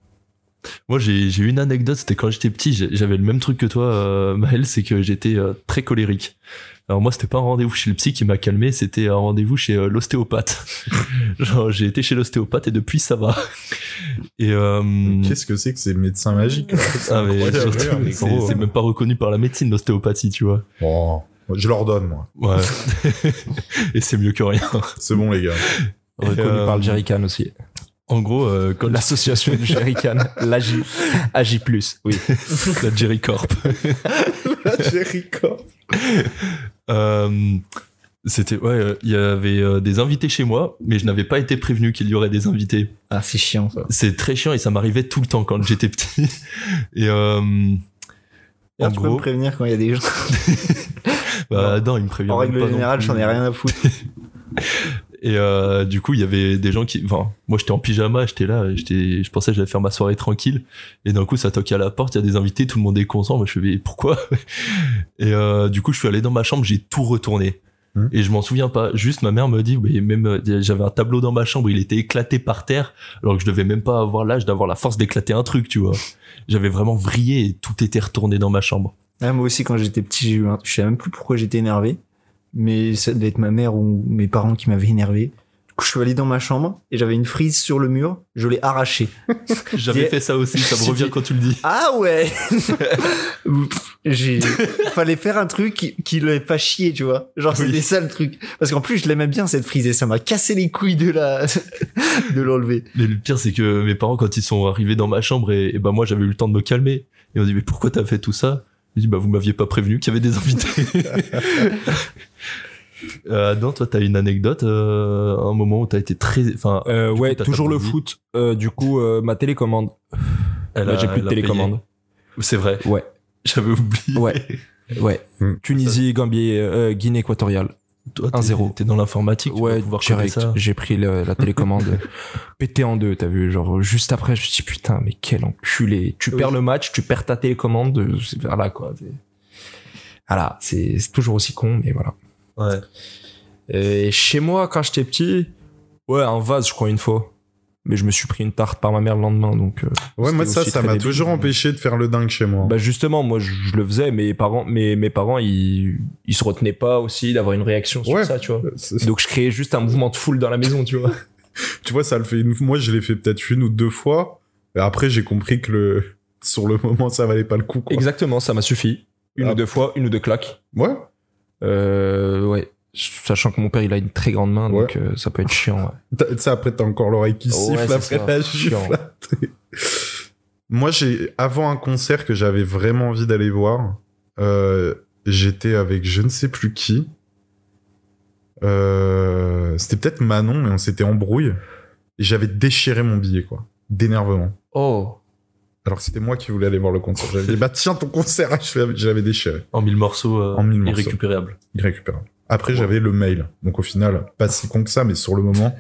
Moi, j'ai j'ai une anecdote, c'était quand j'étais petit, j'ai- j'avais le même truc que toi, euh, Maël, c'est que j'étais euh, très colérique. Alors moi, c'était pas un rendez-vous chez le psy qui m'a calmé, c'était un rendez-vous chez euh, l'ostéopathe. Genre, j'ai été chez l'ostéopathe et depuis, ça va. Et euh,
Qu'est-ce que c'est que ces médecins magiques là C'est
ah, mais
incroyable,
surtout,
ouais, mais
c'est
gros,
c'est
hein.
même pas reconnu par la médecine, l'ostéopathie, tu vois.
Oh, je leur donne, moi.
Ouais. et c'est mieux que rien.
C'est bon, les gars.
Reconnu
euh,
par le Jerrycan aussi.
En gros, euh, quand
L'association du Jerrycan, l'AJ. AJ, oui.
la Jerry Corp.
Ah,
Euh, c'était ouais, euh, il y avait euh, des invités chez moi, mais je n'avais pas été prévenu qu'il y aurait des invités.
Ah, c'est chiant, ça.
C'est très chiant et ça m'arrivait tout le temps quand j'étais petit. Et euh, en
Alors, tu peux me
gros,
prévenir quand il y a des gens.
bah, non, il me prévient.
En
même pas non
règle générale,
plus.
j'en ai rien à foutre.
Et euh, du coup, il y avait des gens qui. Enfin, moi, j'étais en pyjama, j'étais là, j'étais, je pensais que j'allais faire ma soirée tranquille. Et d'un coup, ça toque à la porte, il y a des invités, tout le monde est content. Moi, je fais, mais pourquoi Et euh, du coup, je suis allé dans ma chambre, j'ai tout retourné.
Mhm.
Et je m'en souviens pas. Juste, ma mère me dit, mais même, euh, j'avais un tableau dans ma chambre, il était éclaté par terre, alors que je devais même pas avoir l'âge d'avoir la force d'éclater un truc, tu vois. J'avais vraiment vrillé et tout était retourné dans ma chambre.
Ah, moi aussi, quand j'étais petit, j'ai eu un... je sais même plus pourquoi j'étais énervé. Mais ça devait être ma mère ou mes parents qui m'avaient énervé. Du Je suis allé dans ma chambre et j'avais une frise sur le mur. Je l'ai arrachée.
J'avais
Et-
fait ça aussi, ça me revient quand tu le dis.
Ah ouais J'ai... Fallait faire un truc qui, qui l'ait pas chier, tu vois. Genre, c'était ça le truc. Parce qu'en plus, je l'aimais bien cette frise et ça m'a cassé les couilles de la... de l'enlever.
Mais le pire, c'est que mes parents, quand ils sont arrivés dans ma chambre, et, et bah moi, j'avais eu le temps de me calmer. Et on dit, mais pourquoi t'as fait tout ça J'ai dit, bah vous m'aviez pas prévenu qu'il y avait des invités. euh, non, toi, t'as une anecdote, euh, un moment où t'as été très. Enfin,
Euh, ouais,
t'as ta
toujours le
pandémie.
foot. Euh, du coup, euh, ma télécommande.
elle
Là,
a-
Bah, j'ai plus
elle
de
a payé.
télécommande.
C'est vrai,
Ouais,
j'avais oublié.
ouais, ouais.
Hmm.
Mm.
Tunisie, Gambie, euh, Guinée équatoriale.
Toi, t'es-
1-0.
T'es dans l'informatique, tu vas
ouais,
pouvoir gérer
direct.
ça.
J'ai pris le- la télécommande pété en deux, t'as vu. Genre, juste après, je me suis dit, putain, mais quel enculé. Tu
Oui.
perds le match, tu perds ta télécommande. c'est- Voilà, quoi. C'est- Voilà, c'est c'est toujours aussi con, mais voilà.
Ouais.
Et chez moi, quand j'étais petit, ouais, un vase, je crois, une fois. Mais je me suis pris une tarte par ma mère le lendemain, donc. euh,
Ouais, moi,
c'était
ça,
aussi
ça
très
m'a
débile.
toujours empêché de faire le dingue chez moi.
Bah justement, moi je, je le faisais, mes parents, mes, mes parents ils, ils se retenaient pas aussi d'avoir une réaction sur
Ouais.
ça, tu vois.
C'est-
Donc je créais juste un mouvement de foule dans la maison, tu vois.
tu vois, ça le fait une Moi, je l'ai fait peut-être une ou deux fois. Et après, j'ai compris que le... sur le moment, ça valait pas le coup, quoi.
Exactement, ça m'a suffi. Une
bah. Ah.
ou deux fois, une ou deux claques.
Ouais.
Euh, ouais. Sachant que mon père il a une très grande main, donc euh, ça peut être chiant. ouais.
T'as- Ça, après, t'as encore l'oreille qui
Ouais,
siffle
c'est
après
ça.
la
Chiant.
gifle. Moi, j'ai avant un concert que j'avais vraiment envie d'aller voir, euh, j'étais avec je ne sais plus qui. Euh, C'était peut-être Manon, mais on s'était embrouillé. Et j'avais déchiré mon billet, quoi. D'énervement.
Oh,
Alors que c'était moi qui voulais aller voir le concert. J'avais dit, bah tiens ton concert, je l'avais- je l'avais déchiré.
En mille morceaux, euh,
En mille morceaux.
irrécupérables.
Irrécupérable. Après, j'avais le mail. Donc au final, pas si con que ça, mais sur le moment,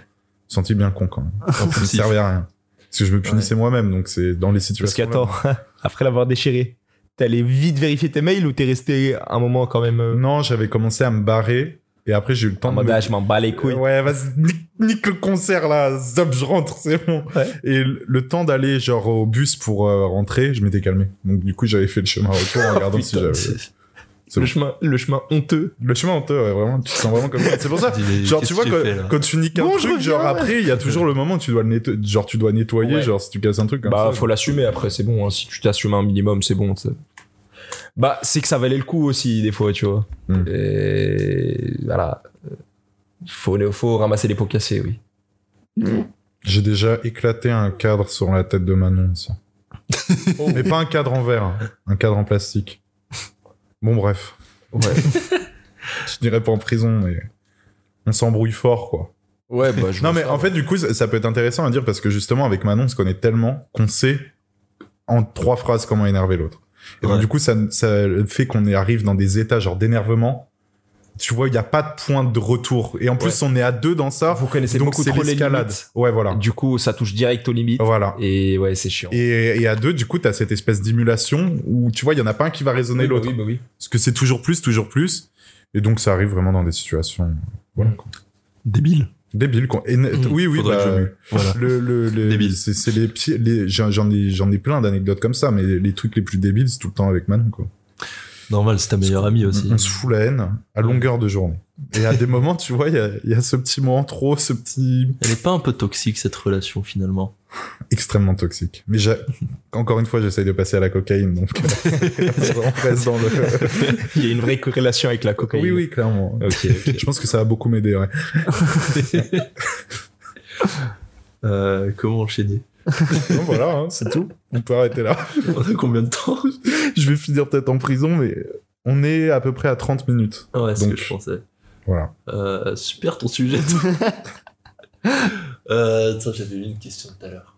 senti bien con quand même. Ça ne
Impulsif.
servait à rien. Parce que je me punissais moi-même, donc c'est dans les
parce
situations.
qu'attends, après l'avoir déchiré, t'es allé vite vérifier tes mails ou t'es resté un moment quand même euh,
Non, j'avais commencé à me barrer. Et après, j'ai eu le temps
en
de.
mode
me-
ah, je m'en bats les couilles.
Ouais, vas-y, nique, nique le concert là, zop, je rentre, c'est bon.
Ouais.
Et le le temps d'aller genre au bus pour euh, rentrer, je m'étais calmé. Donc du coup, j'avais fait le chemin retour en regardant si j'avais. c'est
le
bon.
chemin, le chemin honteux.
Le chemin honteux, ouais, vraiment, tu te sens vraiment comme C'est pour ça.
Je dis, mais
Genre,
qu'est-ce
tu vois,
que j'ai
quand,
fait, là
quand tu niques un
Bon, je
truc,
reviens,
genre
ouais.
après, il y a toujours le moment où tu dois le netto- genre, tu dois nettoyer,
Ouais.
genre si tu casses un truc. Comme
Bah,
ça.
faut l'assumer après, c'est bon. hein. Si tu t'assumes un minimum, c'est bon. tu sais. Bah, c'est que ça valait le coup aussi, des fois, tu vois.
Mm.
Et voilà. Faut, faut ramasser les pots cassés, oui.
J'ai déjà éclaté un cadre sur la tête de Manon, ça.
Oh.
Mais pas un cadre en verre, hein. un cadre en plastique. Bon, bref.
Ouais,
Je dirais pas en prison, mais on s'embrouille fort, quoi.
ouais bah, je
Non,
vois
mais
ça.
en fait, du coup, ça, ça peut être intéressant à dire parce que justement, avec Manon, on se connaît tellement qu'on sait en trois phrases comment énerver l'autre. Et
Ouais.
donc, du coup, ça, ça fait qu'on est- arrive dans des états genre d'énervement. Tu vois, il n'y a pas de point de retour. Et en plus, on est à deux dans ça.
vous connaissez
donc,
beaucoup
c'est
trop les
l'escalade.
limites.
Ouais, voilà.
Du coup, ça touche direct aux limites.
Voilà.
Ah. Oh. Et ouais, c'est chiant.
Et, et à deux, du coup, t'as cette espèce d'émulation où, tu vois, il y en a pas un qui va raisonner
Oui, bah
l'autre.
oui, bah oui.
Parce que c'est toujours plus, toujours plus. Et donc, ça arrive vraiment dans des situations
Débile.
débiles. quoi. Et- Oui, oui,
Mmh. Faudrait que
bah,
je mue. Voilà.
le, le, le-
Débile.
C'est, c'est les pieds. les- j'en, j'en ai, j'en ai plein d'anecdotes comme ça, mais les trucs les plus débiles, c'est tout le temps avec Manon, quoi.
Normal, c'est ta meilleure amie
Mm,
aussi. euh,
On se fout la haine à longueur de journée. Et à des moments, tu vois, il y a, il y a ce petit moment trop, ce petit
Elle est pas un peu toxique cette relation finalement.
extrêmement toxique. Mais j'ai- encore une fois, j'essaye de passer à la cocaïne, donc on reste dans le.
Il y a une vraie corrélation avec la cocaïne.
Oui, oui, clairement.
Ok,
Je pense que ça va beaucoup m'aider. Ouais.
Euh, comment enchaîner
Non, voilà, hein, c'est tout. On peut arrêter là.
On a combien de temps
Je vais finir peut-être en prison, mais on est à peu près à 30 minutes.
Ouais, c'est ce
Donc,
que je pensais.
Voilà.
Euh, super ton sujet. toi. euh, attends, j'avais eu une question tout à l'heure.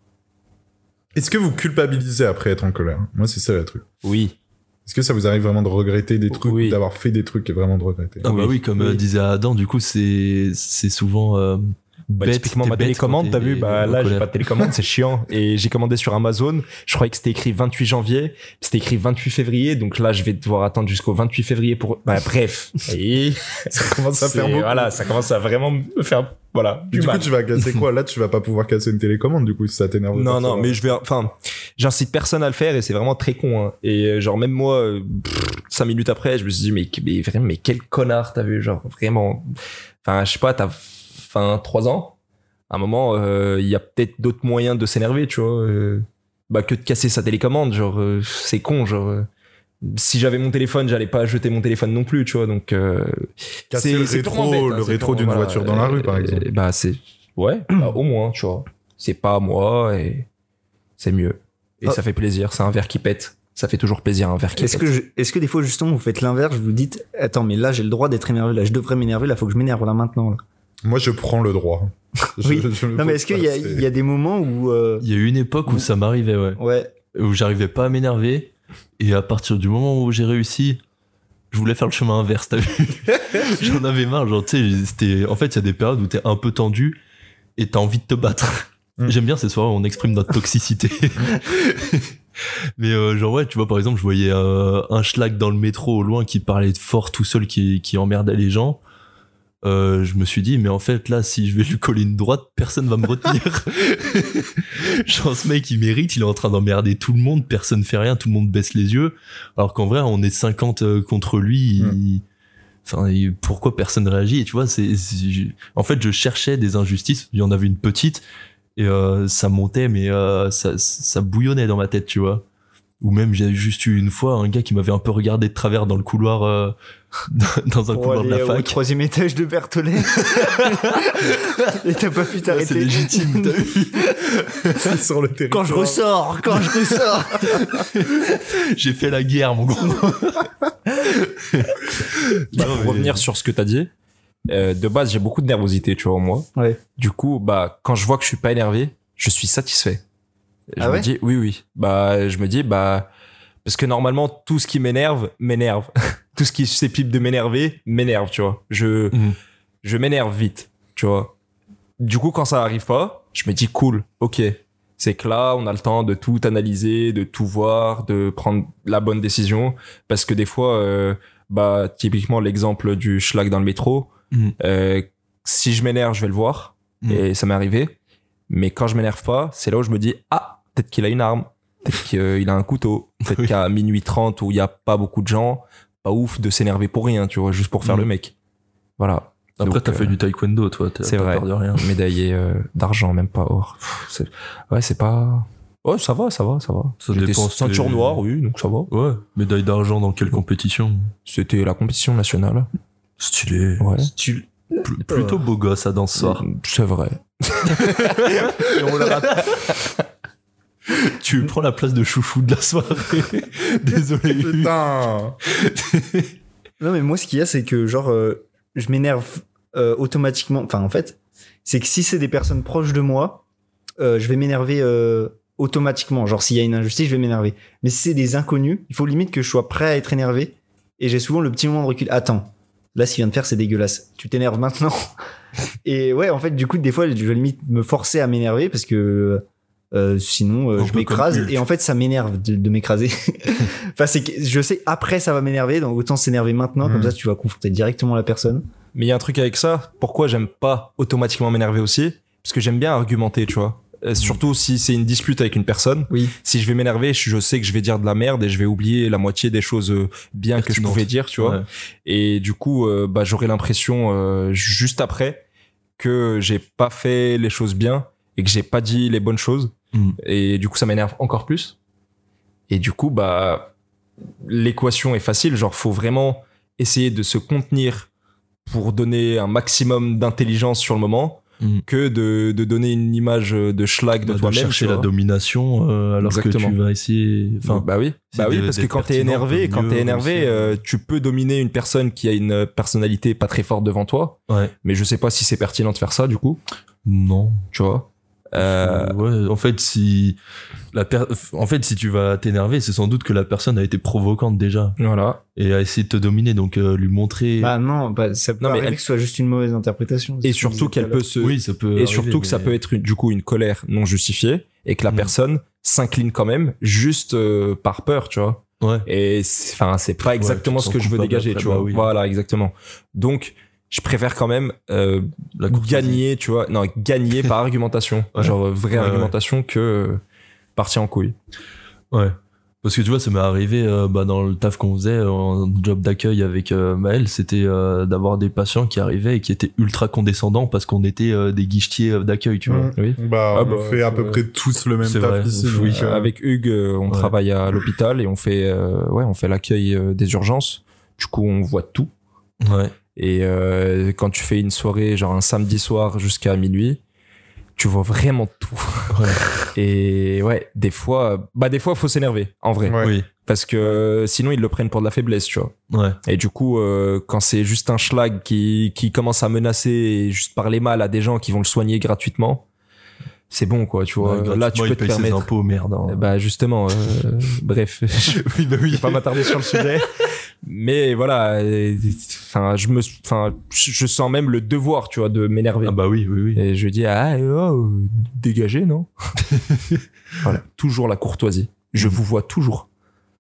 Est-ce que vous culpabilisez après être en colère Moi, c'est ça le truc.
Oui.
Est-ce que ça vous arrive vraiment de regretter des trucs,
Oui.
d'avoir fait des trucs et vraiment de regretter
Ah bah oui, comme euh,
Oui.
disait Adam, du coup c'est c'est souvent euh,
Bah,
bête,
typiquement
t'es
ma
bête
télécommande,
quand
t'as
t'es
vu, bah
en
là j'ai
colère.
pas de télécommande, c'est chiant. Et j'ai commandé sur Amazon, je croyais que c'était écrit 28 janvier, c'était écrit 28 février, donc là je vais devoir attendre jusqu'au 28 février pour. Bah bref, et
Ça commence à
c'est-
faire beaucoup.
voilà, ça commence à vraiment me faire voilà
Du
du
coup,
mal.
tu vas casser quoi Là, tu vas pas pouvoir casser une télécommande, du coup, si ça t'énerve.
Non,
Ça
non,
va.
mais je vais. Enfin, j'incite personne à le faire et c'est vraiment très con. hein. Et euh, genre, même moi, euh, pff, cinq minutes après, je me suis dit, mais, mais vraiment, mais quel connard, t'as vu Genre, vraiment. Enfin, je sais pas, t'as 23 ans à un moment, euh, il y a peut-être d'autres moyens de s'énerver, tu vois. euh, bah, que de casser sa télécommande, genre, euh, c'est con, genre. euh, si j'avais mon téléphone, j'allais pas jeter mon téléphone non plus, tu vois. Donc, euh,
Casser le
c'est purement
rétro-
bête,
le
c'est
rétro
purement,
d'une voiture dans la rue, par
euh,
exemple.
Bah, c'est. Ouais, bah, au moins, tu vois. C'est pas à moi et c'est mieux. Et
Ah.
ça fait plaisir, c'est un verre qui pète. Ça fait toujours plaisir, un verre qui
Est-ce
pète.
que, je- est-ce que des fois, justement, vous faites l'inverse, vous dites, attends, mais là, j'ai le droit d'être énervé, là, je devrais m'énerver, là, faut que je m'énerve, là, maintenant. là.
Moi, je prends le droit. Je-
Oui.
je me
Non, mais
pose
est-ce qu'il
pas,
y a,
c'est-
il y a des moments où, euh,
Il y a eu une époque où ça m'arrivait, ouais.
ouais,
Où j'arrivais pas à m'énerver. Et à partir du moment où j'ai réussi, je voulais faire le chemin inverse, t'as vu J'en avais marre, genre, tu sais, c'était. En fait, il y a des périodes où t'es un peu tendu et t'as envie de te battre.
Mm.
J'aime bien ces soirs où on exprime notre toxicité. Mais euh, genre, ouais, tu vois, par exemple, je voyais euh, un schlag dans le métro au loin qui parlait de fort tout seul, qui, qui emmerdait les gens. Euh, je me suis dit, mais en fait, là, si je vais lui coller une droite, personne va me retenir. Genre, ce mec, il mérite, il est en train d'emmerder tout le monde, personne fait rien, tout le monde baisse les yeux. Alors qu'en vrai, on est 50 euh, contre lui.
Mm.
Hmm.
il- Enfin, il- pourquoi personne réagit Et tu vois, c'est, c'est- je- en fait, je cherchais des injustices. Il y en avait une petite et euh, ça montait, mais euh, ça, ça bouillonnait dans ma tête, tu vois. Ou même j'ai juste eu une fois un gars qui m'avait un peu regardé de travers dans le couloir, euh, dans un
pour
couloir de
aller
la
au
fac.
troisième étage de Berthollet. Et t'as pas
Là,
pu
c'est
t'arrêter.
légitime, t'as vu
sur le territoire.
quand je ressors, quand je ressors.
J'ai fait la guerre, mon gros.
Bah, pour
Non, mais-
revenir sur ce que t'as dit, euh, de base, j'ai beaucoup de nervosité, tu vois, en moi.
Ouais.
Du coup, bah, quand je vois que je suis pas énervé, je suis satisfait. Je
Ah
me
ouais
dis, oui, oui. Bah, je me dis, bah, parce que normalement, tout ce qui m'énerve, m'énerve. tout ce qui est susceptible de m'énerver, m'énerve, tu vois. Je,
Mhm.
je m'énerve vite, tu vois. Du coup, quand ça arrive pas, je me dis, cool, ok. C'est que là, on a le temps de tout analyser, de tout voir, de prendre la bonne décision. Parce que des fois, euh, bah, typiquement, l'exemple du schlag dans le métro,
Mhm.
euh, si je m'énerve, je vais le voir.
Mhm.
Et ça m'est arrivé. Mais quand je m'énerve pas, c'est là où je me dis Ah, peut-être qu'il a une arme. Peut-être qu'il a un couteau. Peut-être
Oui.
qu'à minuit 30, où il n'y a pas beaucoup de gens, pas ouf de s'énerver pour rien, tu vois, juste pour faire
Mhm.
le mec. Voilà.
Après,
Donc,
t'as
euh,
fait du taekwondo, toi. t'as
c'est
pas
vrai.
peur de rien.
Médaillé euh, d'argent, même pas or. Pff, c'est- Ouais, c'est pas. Ouais, ça va, ça va, ça va.
Ça
J'étais
dépend ce
ceinture
que-
noire, oui, donc ça va.
Ouais, médaille d'argent dans quelle compétition
C'était la compétition nationale.
Stylé.
Ouais.
Stylé. Pl- plutôt beau gosse à dans ce soir.
C'est vrai.
Et on le rappelle.
tu prends la place de chouchou de la soirée. Désolé.
Putain
Non, mais moi, ce qu'il y a, c'est que, genre, euh, je m'énerve euh, automatiquement. Enfin, en fait, c'est que si c'est des personnes proches de moi, euh, je vais m'énerver euh, automatiquement. Genre, s'il y a une injustice, je vais m'énerver. Mais si c'est des inconnus, il faut limite que je sois prêt à être énervé. Et j'ai souvent le petit moment de recul. Attends, là, ce qu'il vient de faire, c'est dégueulasse. Tu t'énerves maintenant. et ouais, en fait, du coup, des fois, je vais limite me forcer à m'énerver parce que. euh, sinon
Un
euh, je
peu comme
m'écrase
Hulk.
et en fait ça m'énerve de, de m'écraser enfin c'est que je sais après ça va m'énerver donc autant s'énerver maintenant comme
Mm.
ça tu vas confronter directement la personne
Mais il y a un truc avec ça. Pourquoi j'aime pas automatiquement m'énerver aussi Parce que j'aime bien argumenter, tu vois. Euh, Surtout si c'est une dispute avec une personne.
Oui.
Si je vais m'énerver, je je sais que je vais dire de la merde et je vais oublier la moitié des choses euh, bien que je
Pertinentes.
pouvais dire, tu vois.
Ouais.
Et du coup, euh, bah, j'aurai l'impression euh, juste après que j'ai pas fait les choses bien et que j'ai pas dit les bonnes choses.
Mm.
Et du coup, ça m'énerve encore plus. Et du coup, bah, l'équation est facile. Genre, faut vraiment essayer de se contenir pour donner un maximum d'intelligence sur le moment
Mm.
que de, de donner une image de schlag de
Bah, De
toi-même. tu
chercher la
vois.
domination euh, alors
Exactement.
que tu vas essayer. Enfin,
bah oui,
c'est
bah oui,
de-
parce que
d'être
quand t'es
pertinent, un peu
énervé, quand
mieux
t'es énervé,
aussi.
euh, tu peux dominer une personne qui a une personnalité pas très forte devant toi.
ouais.
Mais je sais pas si c'est pertinent de faire ça du coup,
Non.
tu vois. Euh,
Ouais, en fait, si la per- en fait, si tu vas t'énerver, c'est sans doute que la personne a été provocante déjà
voilà.
et a essayé de te dominer, donc euh, lui montrer.
bah non bah, ça peut
Non, mais
arriver
elle-
que ce soit juste une mauvaise interprétation
Et surtout qu'elle peut se,
oui, ça peut.
et
arriver,
surtout que ça
mais-
peut être une- du coup une colère non justifiée et que la
Mm.
personne s'incline quand même juste euh, par peur, tu vois.
Ouais.
Et c'est- enfin, c'est pas
Ouais,
exactement
tu te
ce que
sens
je veux
coupable
dégager,
après,
tu vois.
bah oui.
Voilà, exactement. Donc, je préfère quand même euh,
La courtise.
gagner, tu vois, non, gagner par argumentation,
Ouais.
genre euh, vraie
Ouais, ouais.
argumentation que euh, partir en couille.
Ouais. Parce que tu vois, ça m'est arrivé euh, bah, dans le taf qu'on faisait, euh, en job d'accueil avec euh, Maël, c'était euh, d'avoir des patients qui arrivaient et qui étaient ultra condescendants parce qu'on était euh, des guichetiers euh, d'accueil, tu vois.
Oui.
Bah,
Ah
on
bah,
fait à
c'est
peu
vrai.
près tous le même
C'est
taf
vrai,
ici.
oui.
donc, euh,
Avec Hugues, euh, on
Ouais.
travaille à l'hôpital et on fait, euh, ouais, on fait l'accueil euh, des urgences. Du coup, on voit tout. Mmh.
Ouais.
Et euh, quand tu fais une soirée, genre un samedi soir jusqu'à minuit, tu vois vraiment tout. Et ouais, des fois, bah des fois, faut s'énerver, en vrai.
Ouais.
Oui.
Parce que euh, sinon, ils le prennent pour de la faiblesse, tu vois.
Ouais.
Et du coup, euh, quand c'est juste un schlag qui, qui commence à menacer et juste parler mal à des gens qui vont le soigner gratuitement, c'est bon, quoi, tu vois.
Ouais,
euh, Là, tu
gratuitement,
peux
il
te
paye ses
permettre.
impôts, merde. hein.
Bah justement, euh, bref, je
oui, bah oui.
vais pas m'attarder sur le sujet, mais voilà, euh, enfin je me, enfin je je sens même le devoir, tu vois, de m'énerver.
Ah bah oui, oui, oui.
Et je dis ah oh, dégagez non. voilà, toujours la courtoisie.
Mhm.
Je vous vois toujours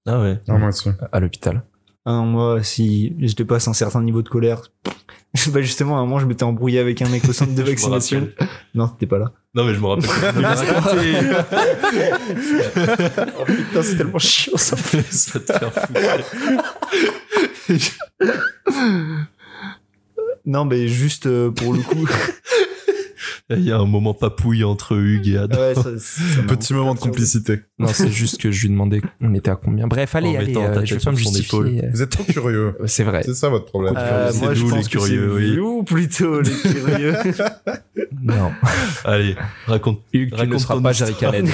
Ah ouais.
Ah, moi aussi.
à l'hôpital.
Ah, moi, si je dépasse un certain niveau de colère, bah justement, à un moment, je m'étais embrouillé avec un mec au centre de
me
vaccination. Non, t'étais pas là.
Non, mais je me rappelle.
Putain, c'est tellement chiant ça.
ça te fait foutre.
Non, mais juste euh, pour le coup.
Il y a un moment papouille entre Hugues et Adam.
Ah ouais, ça, ça m'a-
Petit moment de complicité.
Non, c'est juste que je lui demandais on était à combien. Bref, allez,
En
allez,
mettant
euh,
ta
je vais
tête
pas me
sur son
justifier. Euh,
Vous êtes trop curieux.
C'est vrai.
C'est ça votre problème.
Euh,
C'est
moi, je
nous,
pense
les
que c'est
curieux, oui.
vous plutôt les curieux.
Non.
Allez, raconte.
Hugues, tu ne
Raconte
seras
ton
pas
histoire.
Jerry Khaled.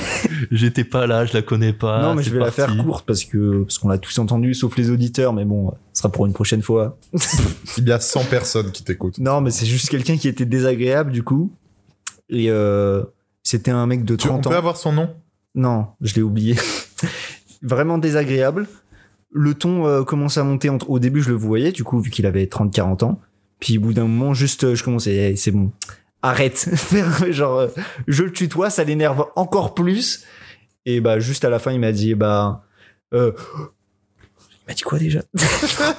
J'étais pas là, je la connais pas.
non,
Ah,
mais
c'est
je vais
parti.
la faire courte parce que parce qu'on l'a tous entendu, sauf les auditeurs. Mais bon, ce sera pour une prochaine fois.
Il y a 100 personnes qui t'écoutent.
Non, mais c'est juste quelqu'un qui était désagréable du coup. Et euh, c'était un mec de
Tu, on
30
peut
ans.
avoir son nom
Non, je l'ai oublié. Vraiment désagréable. Le ton euh, commençait à monter. entre- Au début, je le voyais, du coup, vu qu'il avait 30-40 ans. Puis, au bout d'un moment, juste, euh, je commençais, Eh, c'est bon, arrête. Genre, euh, je le tutoie, ça l'énerve encore plus. Et bah, juste à la fin, il m'a dit, bah, euh, il m'a dit quoi déjà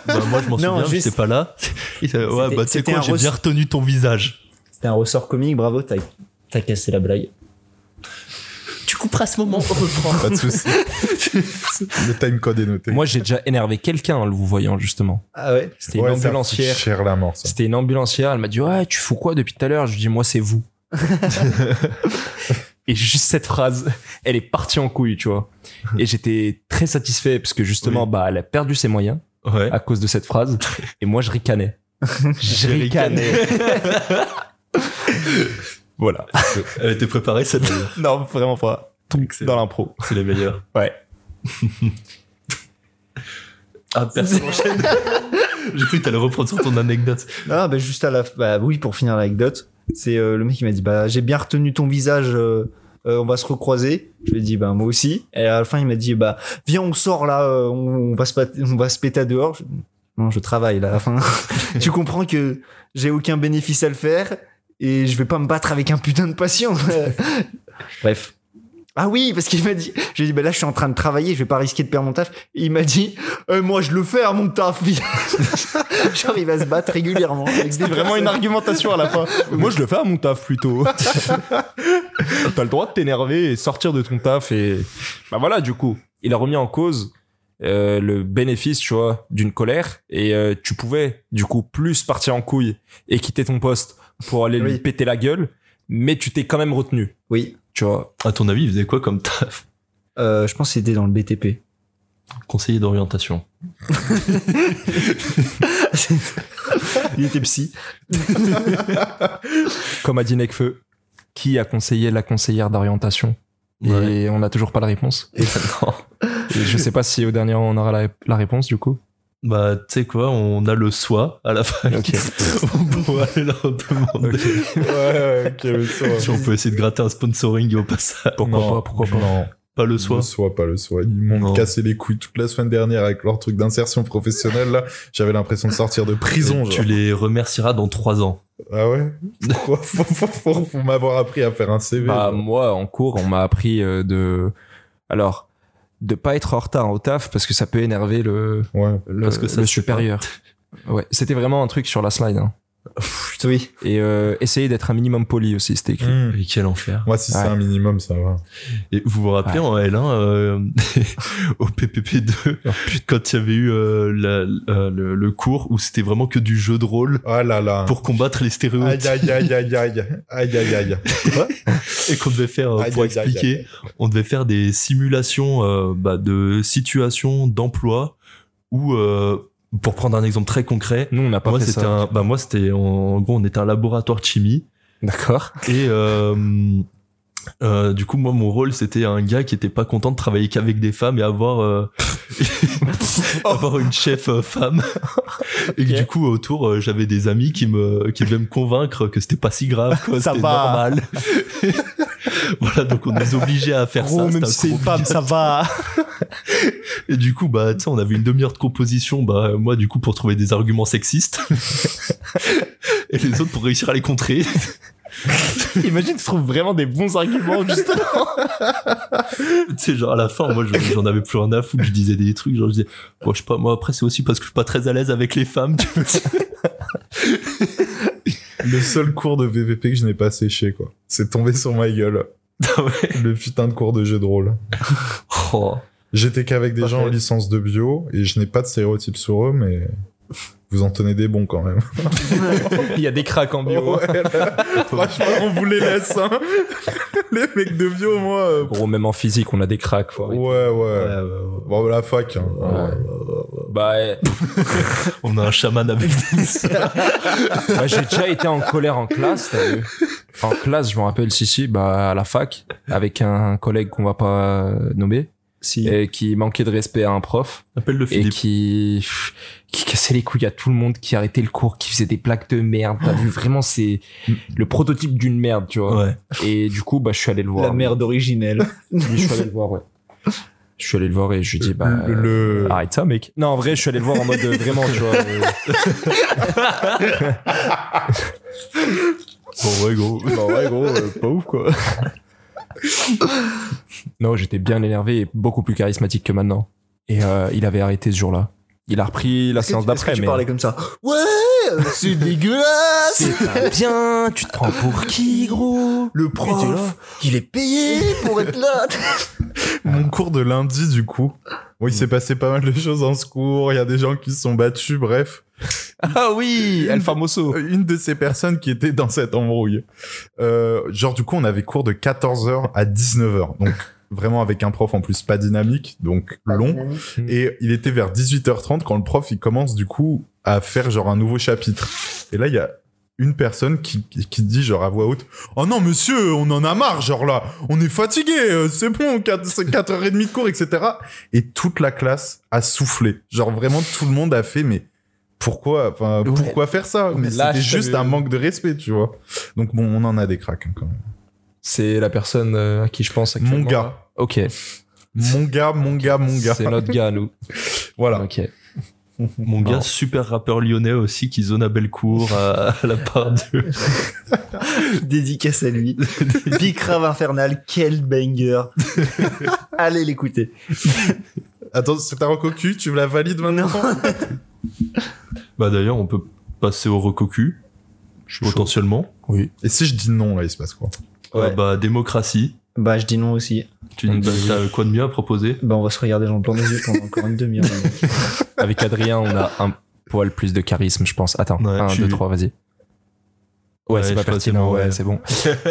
Bah, moi, je m'en
Non,
souviens,
juste-
j'étais pas là. Il fait, ouais,
C'était-
bah, tu sais
c'était
quoi,
un
j'ai
res-
bien retenu ton visage.
C'était un ressort comique, bravo, t'as t'as cassé la blague.
Tu couperas ce moment, on reprend.
Pas de soucis. le timecode est noté.
Moi, j'ai déjà énervé quelqu'un en le vous voyant justement.
Ah ouais
C'était une
ça
ambulancière.
fout cher la mort, ça.
C'était une ambulancière. Elle m'a dit ouais, tu fous quoi depuis tout à l'heure Je lui dis moi c'est vous. Et juste cette phrase, elle est partie en couille, tu vois. Et j'étais très satisfait parce que justement, bah, elle a perdu ses moyens
Ouais.
à cause de cette phrase. Et moi, je ricanais. je
J'ai ricané.
ricanais. voilà.
Elle était préparée, cette
Non, vraiment pas. Dans l'impro.
C'est les meilleurs.
Ouais.
Ah, personne enchaîne. J'ai cru que t'allais reprendre sur ton anecdote.
Ah bah juste à la bah oui pour finir l'anecdote, c'est euh, le mec qui m'a dit bah j'ai bien retenu ton visage, euh, euh, on va se recroiser. Je lui ai dit bah moi aussi. Et à la fin il m'a dit bah viens on sort là, euh, on, on va se pat- on va se péter à dehors. Je- non je travaille là à la fin. tu comprends que j'ai aucun bénéfice à le faire et je vais pas me battre avec un putain de patient. Bref. Ah oui, parce qu'il m'a dit, j'ai dit, bah là, je suis en train de travailler, je vais pas risquer de perdre mon taf. Et il m'a dit, Euh, moi, je le fais à mon taf. Genre, il va se battre régulièrement. C'était
argumentation à la fin. Moi, je le fais à mon taf plutôt. T'as le droit de t'énerver et sortir de ton taf et bah voilà. Du coup, il a remis en cause euh, le bénéfice, tu vois, d'une colère et euh, tu pouvais du coup plus partir en couille et quitter ton poste pour aller lui
Oui.
péter la gueule, mais tu t'es quand même retenu,
Oui,
tu vois.
À ton avis, il faisait quoi comme taf
euh, je pense que c'était dans le BTP.
Conseiller d'orientation.
il était psy.
Comme a dit Necfeu, qui a conseillé la conseillère d'orientation
Ouais.
et on n'a toujours pas la réponse. Et je sais pas si au dernier on aura la, la réponse du coup.
Bah, tu sais quoi, on a le soi à la fac.
Ok.
on pourra aller leur demander.
Ouais, ok, mais ça va.
Si on peut essayer de gratter un sponsoring au passage.
Pourquoi
Non.
pas Pourquoi pas
Non,
Pas le soi.
le soi, pas le soi. Ils m'ont
Non.
cassé les couilles toute la semaine dernière avec leur truc d'insertion professionnelle, là. J'avais l'impression de sortir de prison,
Tu
genre.
les remercieras dans trois ans.
Ah ouais Pourquoi faut, faut- faut- faut m'avoir appris à faire un CV
Bah,
genre.
moi, en cours, on m'a appris euh, de. Alors, de pas être en retard au taf parce que ça peut énerver le,
Ouais.
le,
Parce que ça
le
se fait
supérieur. Ouais, c'était vraiment un truc sur la slide. hein.
Oui.
Et euh, essayez d'être un minimum poli aussi, c'était écrit.
Mm.
Et quel enfer.
Hmm. Moi, si
Ouais.
c'est un minimum, ça va.
Et vous vous rappelez en L1, euh, au PPP2,
Oh,
quand il y avait eu euh, la- euh, le, le cours où c'était vraiment que du jeu de rôle
Oh là là.
pour combattre les
Aïe,
stéréotypes
aïe, aïe, aïe, aïe. Aïe, aïe, aïe.
et qu'on devait faire, euh,
Aïe,
pour
aïe, aïe,
expliquer,
aïe.
on devait faire des simulations euh, bah, de situations d'emploi où, euh, pour prendre un exemple très concret,
Nous, on n'a pas
Mmh. moi
fait
c'était
ça.
un, bah, moi c'était en, en gros on était un laboratoire de chimie
D'accord.
et euh, euh, du coup moi mon rôle c'était un gars qui était pas content de travailler qu'avec des femmes et avoir euh, avoir une chef euh, femme et que
Ok.
du coup autour euh, j'avais des amis qui me qui devaient me convaincre que c'était pas si grave quoi
Ça
Oh, c'était
va.
normal voilà donc on nous obligeait à faire ça c'était un gros
femme, ça va.
et du coup, bah, tu sais, on avait une demi-heure de composition, bah, euh, moi, du coup, pour trouver des arguments sexistes. et les autres pour réussir à les contrer.
Imagine, tu trouves vraiment des bons arguments, justement.
tu sais, genre, à la fin, moi, je- j'en avais plus rien à foutre, je disais des trucs, genre, je disais, bon, je sais pas, moi, après, c'est aussi parce que je suis pas très à l'aise avec les femmes, tu vois.
Le seul cours de VVP que je n'ai pas séché, quoi. C'est tombé sur ma gueule.
Ah ouais.
Le putain de cours de jeu de rôle.
Oh.
J'étais qu'avec des gens en licence de bio et je n'ai pas de stéréotypes sur eux, mais vous en tenez des bons quand même.
Il y a des cracks en bio.
Ouais, là, franchement, on vous les laisse. hein. Les mecs de bio, moi.
Oh.
euh,
Gros, même en physique, on a des cracks. faut
Ouais,
arrêter.
ouais. Bon, la fac. hein.
Bah, eh,
On a un chaman avec nous.
bah, j'ai déjà été en colère en classe, t'as vu. En classe, je me rappelle, si, si, bah, à la fac, avec un collègue qu'on va pas euh, nommer,
Si.
et qui manquait de respect à un prof.
Appelle le
et
Philippe.
qui, pff, qui cassait les couilles à tout le monde, qui arrêtait le cours, qui faisait des plaques de merde. T'as vu vraiment, c'est le prototype d'une merde, tu vois.
Ouais.
Et du coup, bah, je suis allé le voir.
La merde originelle.
Oui, je suis allé le voir, ouais. Je suis allé le voir et je lui dis, bah.
Le- le-
Arrête ça, mec. Non, en vrai, je suis allé le voir en mode euh, vraiment, tu vois. euh,
Bon, ouais, gros.
bah ouais, gros, pas ouf, quoi. non, j'étais bien énervé et beaucoup plus charismatique que maintenant. Et euh, il avait arrêté ce jour-là. Il a repris la séance d'après,
Tu
mais.
parlais comme ça. Ouais, c'est dégueulasse.
C'est pas bien, tu te prends pour qui, gros
Le prof, il est payé pour être là.
Mon cours de lundi, du coup. Bon,
Hmm.
il s'est passé pas mal de choses en ce cours. Il y a des gens qui se sont battus, bref.
Ah oui, El Famoso.
une de ces personnes qui était dans cette embrouille. Euh, genre, du coup, on avait cours de 14h à 19h. Donc, vraiment avec un prof en plus pas dynamique, donc long.
Hmm.
Et il était vers 18h30 quand le prof, il commence du coup à faire genre un nouveau chapitre. Et là, il y a une personne qui, qui dit genre à voix haute Oh non, monsieur, on en a marre, genre là, on est fatigué, euh, c'est bon, 4h30 de cours, etc. Et toute la classe a soufflé. Genre vraiment, tout le monde a fait, mais pourquoi, enfin,
Ouais.
pourquoi faire ça Mais
là,
c'était
je savais-
juste un manque de respect, tu vois. Donc bon, on en a des cracks hein, quand même.
C'est la personne euh, à qui je pense actuellement.
Mon gars,
Ok.
mon gars, mon gars, mon gars.
C'est notre gars, nous.
Voilà.
Ok.
Mon
Non.
gars, super rappeur lyonnais aussi, qui zone à Bellecour, à, à la part de.
Dédicace à lui. Bicrave infernal, quel banger. Allez l'écouter.
Attends, c'est ta recocu, tu la valides maintenant
Bah, d'ailleurs, on peut passer au recocu, potentiellement.
Oui.
Et si je dis non, là, il se passe quoi
Euh,
Ouais.
bah, démocratie.
Bah, je dis non aussi.
Tu dis,
Ok.
bah, t'as quoi de mieux à proposer
Bah, on va se regarder dans le plan des yeux pendant encore une demi-heure.
Avec Adrien, on a un poil plus de charisme, je pense. Attends,
Ouais,
1,
tu-
2, 3, vas-y. Ouais,
Ouais,
c'est pas
je crois que c'est
pertinent,
bon,
ouais,
ouais.
c'est bon.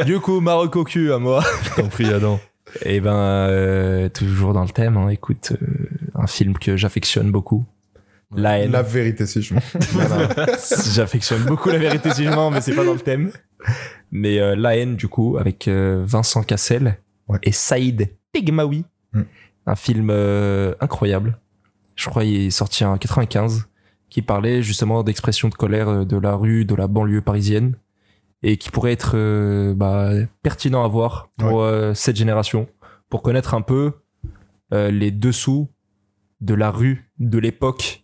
du coup, Marocco cul à moi.
Je t'en prie, Adam.
Et ben, euh, toujours dans le thème, hein, écoute, euh, un film que j'affectionne beaucoup. La haine.
La vérité, si je mens.
Non, non. J'affectionne beaucoup la vérité si je mens, mais c'est pas dans le thème. Mais euh, La haine, du coup, avec euh, Vincent Cassel
Ouais.
et Saïd Pegmaoui.
Mm.
Un film euh, incroyable. Je crois qu'il est sorti en 95, qui parlait justement d'expression de colère euh, de la rue, de la banlieue parisienne, et qui pourrait être euh, bah, pertinent à voir pour euh, cette génération, pour connaître un peu euh, les dessous de la rue, de l'époque,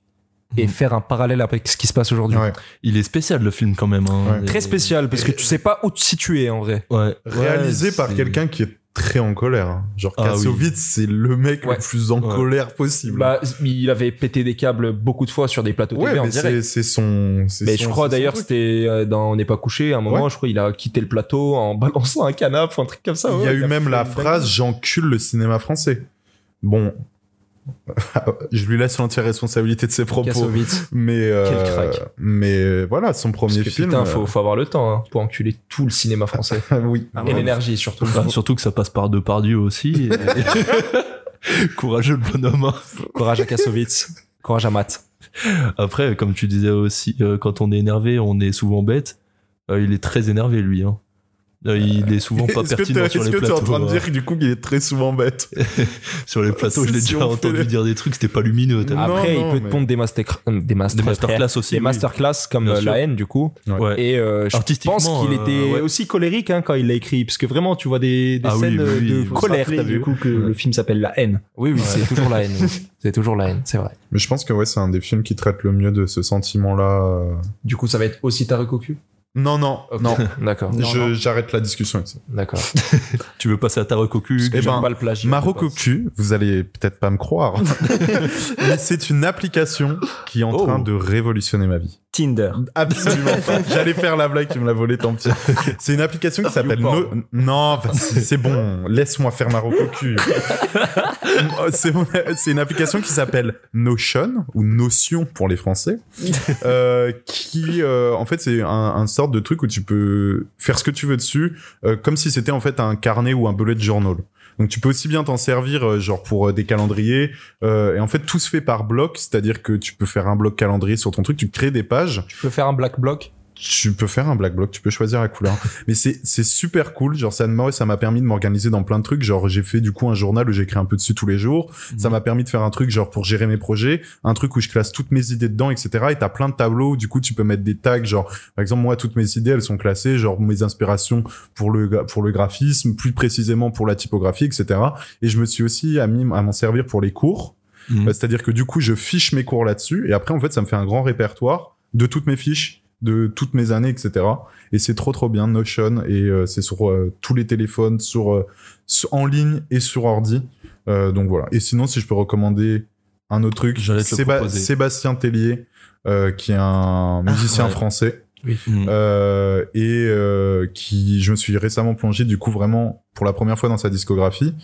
et
Mhm.
faire un parallèle avec ce qui se passe aujourd'hui.
Ouais.
Il est spécial le film quand même. hein.
Ouais.
Et-
Très spécial parce que tu sais pas où te situer en vrai.
Ouais.
Réalisé
Ouais,
par
c'est-
quelqu'un qui est très en colère. hein. Genre,
Ah oui.
Kassovitz, c'est le mec
Ouais.
le plus en
Ouais.
colère possible.
Bah, il avait pété des câbles beaucoup de fois sur des plateaux
ouais,
TV en
mais c'est
direct.
c'est son. c'est
Mais
son-
je crois
c'est son
d'ailleurs
truc.
c'était euh, dans On n'est pas couché. À un moment,
Ouais.
je crois il a quitté le plateau en balançant un canapé, un truc comme ça.
Il
ouais,
y a eu
fait
même la
une
phrase J'encule le cinéma français. Bon. je lui laisse l'entière responsabilité de ses propos.
Kassovitz.
Mais, euh,
Quel crack.
mais euh, voilà, son premier
Parce que
film.
putain, faut, faut avoir le temps hein, pour enculer tout le cinéma français
euh, oui.
et
Ouais.
l'énergie surtout.
Bah, surtout que ça passe par Depardieu aussi. et- Courageux le bonhomme. hein.
Courage à Kassovitz. Courage à Matt.
Après, comme tu disais aussi, euh, quand on est énervé, on est souvent bête. Euh, il est très énervé, lui. hein. Euh, il est souvent pas
Est-ce que
pertinent
t'es-
sur
est-ce
les
que t'es
plateaux.
en train de
hein.
dire que du coup qu'il est très souvent bête
Sur les plateaux, je l'ai
Si
déjà
on fait
entendu
les-
dire des trucs, c'était pas lumineux. t'as-
Ah, Non,
Après,
non,
il peut
mais-
te pondre des, mastercra- euh, des,
des
master-
masterclass aussi.
des
oui.
masterclass comme
Bien
euh,
sûr.
la haine du coup.
Ouais.
Et euh, je
Artistiquement,
pense qu'il
euh,
était
ouais.
aussi colérique hein, quand il l'a écrit, parce que vraiment tu vois des, des
Ah oui,
scènes
oui,
euh,
oui.
de
Faut
Faut se
colère,
rappeler,
t'as
du
vu.
coup que le film s'appelle La haine.
Oui, oui, c'est toujours la haine. oui. C'est toujours la haine, c'est vrai.
Mais je pense que ouais, c'est un des films qui traite le mieux de ce sentiment-là. euh.
Du coup, ça va être aussi Tarek au cul
Non, non, non.
D'accord,
Je- J'arrête la discussion ici.
d'accord.
Tu veux passer à ta recocu
Eh
J'aime
ben,
pas le plagiat.
Maroc
je
au
pense.
cul, vous allez peut-être pas me croire, mais c'est une application qui est en
Oh.
train de révolutionner ma vie.
Tinder.
Absolument pas. J'allais faire la blague, tu me l'as volée, tant pis. C'est une application qui s'appelle No- Non, vas-y, c'est bon, laisse-moi faire ma recocu. c'est mon- c'est une application qui s'appelle Notion, ou Notion pour les Français, euh, qui, euh, en fait, c'est un, un sorte de truc où tu peux faire ce que tu veux dessus, euh, comme si c'était en fait un carnet ou un bullet journal. Donc tu peux aussi bien t'en servir euh, genre pour euh, des calendriers euh, et en fait tout se fait par bloc, c'est-à-dire que tu peux faire un bloc calendrier sur ton truc, tu crées des pages
Tu peux faire un black bloc
tu peux faire un black bloc, tu peux choisir la couleur. Mais c'est c'est super cool. Genre, ça m'a ça m'a permis de m'organiser dans plein de trucs. Genre, j'ai fait du coup un journal où j'écris un peu dessus tous les jours. Ça m'a permis de faire un truc genre pour gérer mes projets, un truc où je classe toutes mes idées dedans, etc. Et t'as plein de tableaux. où, Du coup, tu peux mettre des tags. Genre, par exemple, moi, toutes mes idées, elles sont classées. Genre, mes inspirations pour le gra- pour le graphisme, plus précisément pour la typographie, etc. Et je me suis aussi à mis- à m'en servir pour les cours.
Mhm.
Euh, C'est-à-dire que du coup, je fiche mes cours là-dessus et après, en fait, ça me fait un grand répertoire de toutes mes fiches, de toutes mes années, etc. Et c'est trop, trop bien. Notion et euh, c'est sur euh, tous les téléphones, sur, euh, sur- en ligne et sur ordi. Euh, donc voilà. Et sinon, si je peux recommander un autre truc,
J'allais te le
Séba-
proposer.
Sébastien Tellier, euh, qui est un musicien
ouais.
français.
Mhm.
Euh, et euh, qui je me suis récemment plongé du coup vraiment pour la première fois dans sa discographie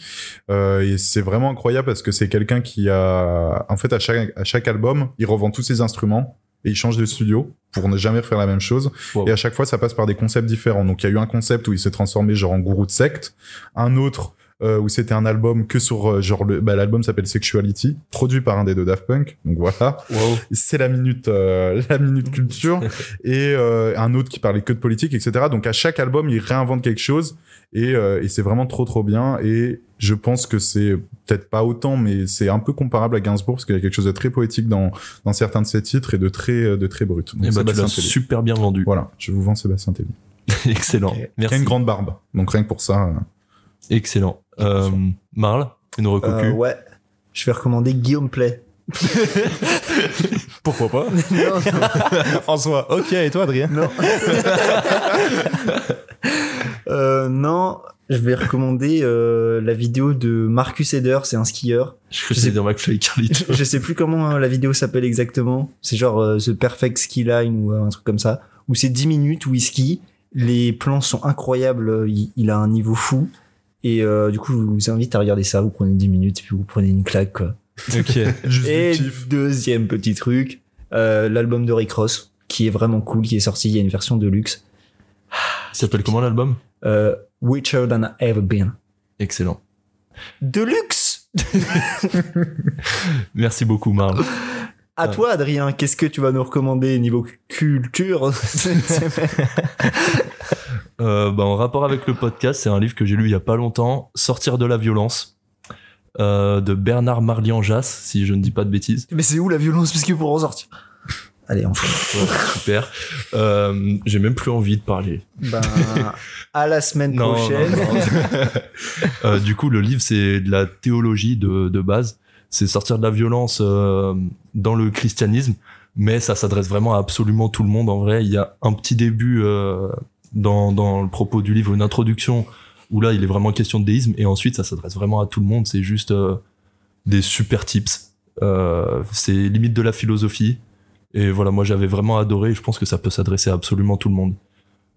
Euh, et c'est vraiment incroyable parce que c'est quelqu'un qui a en fait à chaque à chaque album il revend tous ses instruments et il change de studio pour ne jamais refaire la même chose
Wow.
et à chaque fois ça passe par des concepts différents donc il y a eu un concept où il s'est transformé genre en gourou de secte un autre euh, où c'était un album que sur euh, genre le bah, l'album s'appelle Sexuality produit par un des deux Daft Punk donc voilà
Wow.
c'est la minute euh, la minute culture et euh, un autre qui parlait que de politique etc donc à chaque album il réinvente quelque chose et, euh, et c'est vraiment trop trop bien et je pense que c'est peut-être pas autant mais c'est un peu comparable à Gainsbourg parce qu'il y a quelque chose de très poétique dans dans certains de ses titres et de très de très brut donc
Eh ben, tu
Sébastien
l'as
Tellier.
super bien vendu.
voilà je vous vends Sébastien Tellier
Excellent.
Ok.
qui a
Merci.
une grande barbe donc rien que pour ça euh,
Excellent. Euh, Marle, une recocu.
Euh, ouais. Je vais recommander Guillaume Play.
Pourquoi pas
Non,
En soi. Ok, et toi, Adrien
non. Euh, non, je vais recommander euh, la vidéo de Marcus Eder, c'est un skieur.
Je crois que c'est dans McFly et Carlito.
Je sais plus comment hein, la vidéo s'appelle exactement. C'est genre euh, The Perfect Ski Line ou euh, un truc comme ça. Où c'est 10 minutes où il skie. Les plans sont incroyables. euh, Il, il a un niveau fou. Et euh, du coup, je vous invite à regarder ça. Vous prenez 10 minutes, puis vous prenez une claque. Quoi.
ok.
juste
Et
du kiff.
deuxième petit truc, euh, l'album de Rick Ross, qui est vraiment cool, qui est sorti. Il y a une version de luxe.
Il s'appelle comment l'album
Euh, Richer Than I Ever Been.
Excellent.
De luxe
Merci beaucoup, Marle.
À
Ouais.
toi, Adrien, qu'est-ce que tu vas nous recommander niveau cu- culture cette semaine
Euh, bah, en rapport avec le podcast, c'est un livre que j'ai lu il y a pas longtemps, Sortir de la violence, euh, de Bernard Marlian-Jass, si je ne dis pas de bêtises.
Mais c'est où la violence Parce que pour en sortir. Allez, on
Super. Euh, j'ai même plus envie de parler.
ben, à la semaine
Non,
prochaine.
non, non. Euh, du coup, le livre, c'est de la théologie de, de base. C'est sortir de la violence euh, dans le christianisme, mais ça s'adresse vraiment à absolument tout le monde. En vrai, il y a un petit début euh, dans, dans le propos du livre, une introduction où là, il est vraiment question de déisme. Et ensuite, ça s'adresse vraiment à tout le monde. C'est juste euh, des super tips. Euh, c'est limite de la philosophie. Et voilà, moi, j'avais vraiment adoré. Et je pense que ça peut s'adresser à absolument tout le monde.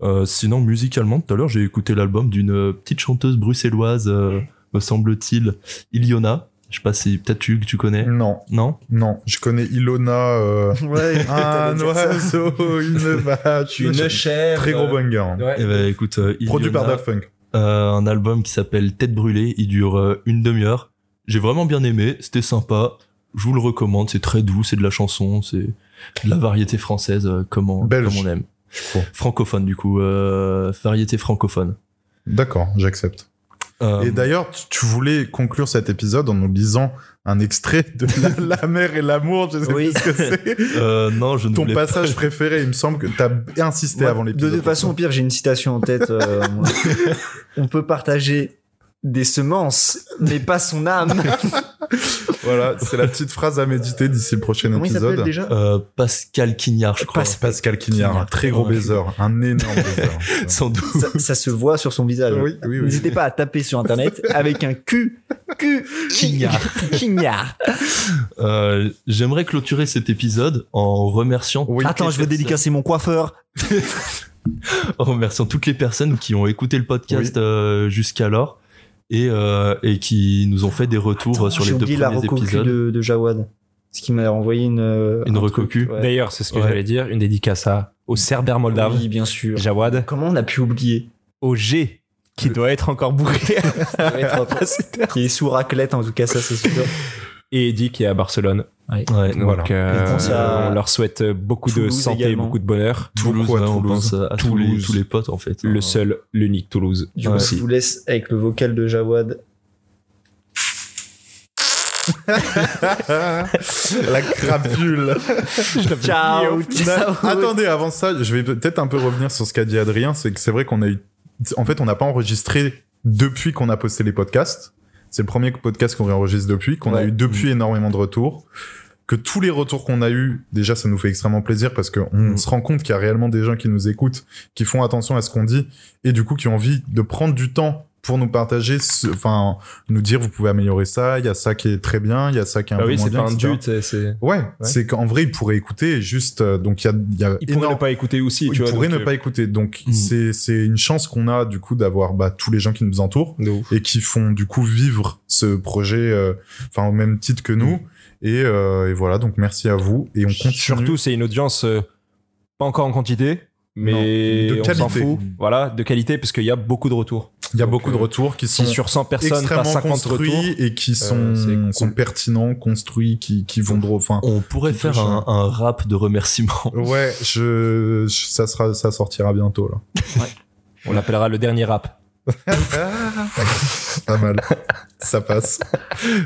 Euh, sinon, musicalement, tout à l'heure, j'ai écouté l'album d'une euh, petite chanteuse bruxelloise, euh, me semble-t-il, Iliona. Je sais pas si peut-être tu, tu connais.
Non,
Non
non, je connais Ilona, euh,
Ouais,
un oiseau, une vache,
chère.
très gros banger. hein.
Eh ben, écoute, euh,
Produit
Iliona,
par Daft Punk.
euh, un album qui s'appelle Tête brûlée. Il dure euh, une demi-heure. J'ai vraiment bien aimé. C'était sympa. Je vous le recommande. C'est très doux. C'est de la chanson. C'est de la variété française, euh, comme, on,
Belge.
comme on aime. Francophone, du coup. euh, variété francophone.
D'accord, j'accepte.
Euh,
Et d'ailleurs, tu- tu voulais conclure cet épisode en nous lisant un extrait de La, La mer et l'amour, je sais
Oui.
plus ce que c'est.
euh, non, je ne
Ton
voulais pas.
passage préféré, il me semble que t'as insisté
Ouais,
avant l'épisode.
De toute façon, au pire, j'ai une citation en tête. euh, moi. On peut partager des semences, mais pas son âme.
Voilà, c'est la petite phrase à méditer d'ici le prochain
Comment il s'appelle
épisode.
déjà
Euh, Pascal Quignard, je crois.
Pas- Pascal Quignard, un très gros
Ouais.
baiser, un énorme baiser.
Sans doute.
ça, ça se voit sur son visage.
oui, oui, oui.
N'hésitez pas à taper sur internet avec un Q. Q.
Quignard.
Quignard.
Euh, J'aimerais clôturer cet épisode en remerciant,
Oui.
Attends, je veux dédicacer mon coiffeur.
en remerciant toutes les personnes qui ont écouté le podcast euh, jusqu'alors et, euh, et qui nous ont fait des retours euh,
Attends,
sur
j'ai
les deux
oublié la
premiers
recocu
épisodes.
de, de Jawad. Ce qui m'a envoyé une. euh,
Une
un
recocu.
truc, ouais.
D'ailleurs, c'est ce que
Ouais.
j'allais dire, une dédicace à, au Cerbère moldave,
Oui, bien sûr.
Jawad,
Comment on a pu oublier
au G, qui doit être encore bourré,
Ça doit être un- Qui est sous raclette, en tout cas, ça c'est sûr.
et Eddy qui est à Barcelone.
Ouais.
Donc,
Voilà.
euh,
Je pense à
on leur souhaite beaucoup de
Toulouse
santé,
également.
beaucoup de bonheur.
Toulouse,
Beaucoup à
ouais, hein, on
Toulouse.
pense à, à tous, les,
Toulouse.
tous les potes en fait. hein.
Le seul, l'unique Toulouse.
Du coup,
Ouais.
je vous laisse avec le vocal de Jawad.
La crapule.
Ciao, ciao.
Attendez, avant ça, je vais peut-être un peu revenir sur ce qu'a dit Adrien. C'est que c'est vrai qu'on a eu. En fait, on n'a pas enregistré depuis qu'on a posté les podcasts. C'est le premier podcast qu'on réenregistre depuis, qu'on a
Ouais.
eu depuis énormément de retours. Que tous les retours qu'on a eu, déjà, ça nous fait extrêmement plaisir parce qu'on
Mm.
se rend compte qu'il y a réellement des gens qui nous écoutent, qui font attention à ce qu'on dit et du coup qui ont envie de prendre du temps pour nous partager, ce- enfin, nous dire vous pouvez améliorer ça, il y a ça qui est très bien, il y a ça qui est un
Ah
peu
oui,
moins
c'est
bien,
pas un
etc.
dude, c'est- c'est.
Ouais, c'est qu'en vrai, ils pourraient écouter juste. euh, donc, il y a, il y a
Ils pourraient
énorme-
ne pas écouter aussi,
ils
tu vois.
pourraient
donc,
ne
euh,
pas écouter. Donc,
Mhm.
c'est c'est une chance qu'on a, du coup, d'avoir bah, tous les gens qui nous entourent
de ouf.
et qui font, du coup, vivre ce projet, euh, enfin, au même titre que nous.
Hmm.
Et, euh, et voilà, donc merci à vous. Et on continue.
Surtout, c'est une audience euh, pas encore en quantité, mais
Non, de
on s'en
qualité.
fout. Voilà, de qualité, parce qu'il y a beaucoup de retours.
il y a
donc,
beaucoup de
euh,
retours qui sont
Si sur 100 personnes, t'as
extrêmement
50
construits
retours. euh,
et qui sont,
c'est cool.
sont pertinents, construits, qui, qui vont droit. Enfin,
On pourrait
Qui
faire
touche,
un, un rap de remerciements.
ouais, je, je- ça, sera, ça sortira bientôt, là.
On l'appellera le dernier rap.
Pas mal. Ça passe.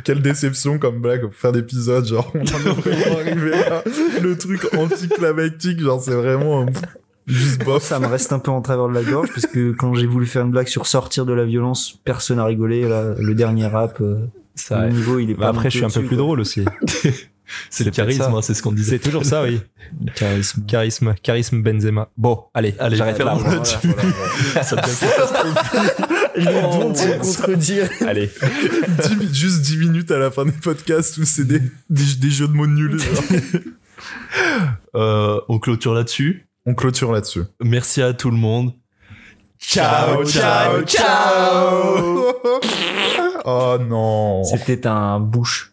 Quelle déception comme blague pour faire d'épisode, genre, on en est vraiment arrivé là. Le truc anticlimactique, genre, c'est vraiment euh, juste bof.
Ça me reste un peu en travers de la gorge parce que quand j'ai voulu faire une blague sur sortir de la violence, personne n'a rigolé. Là, le dernier rap, euh,
Ça,
le
ouais.
niveau, il est
Bah
pas.
après, je suis un peu plus drôle aussi.
C'est le
peut-être
charisme,
ça.
hein, c'est ce qu'on disait.
C'est toujours ça, oui.
Charisme.
Charisme, charisme Benzema. Bon, allez,
Allez,
j'arrête là.
ferme-le,
Voilà.
tu- ça devient
Je vais te contredire.
Allez,
Dix mi- juste 10 minutes à la fin des podcasts où c'est des, des- des jeux de mots nuls. genre.
Euh, on clôture là-dessus.
On clôture là-dessus.
Merci à tout le monde. Ciao,
ciao, ciao Oh non
C'était un bouche.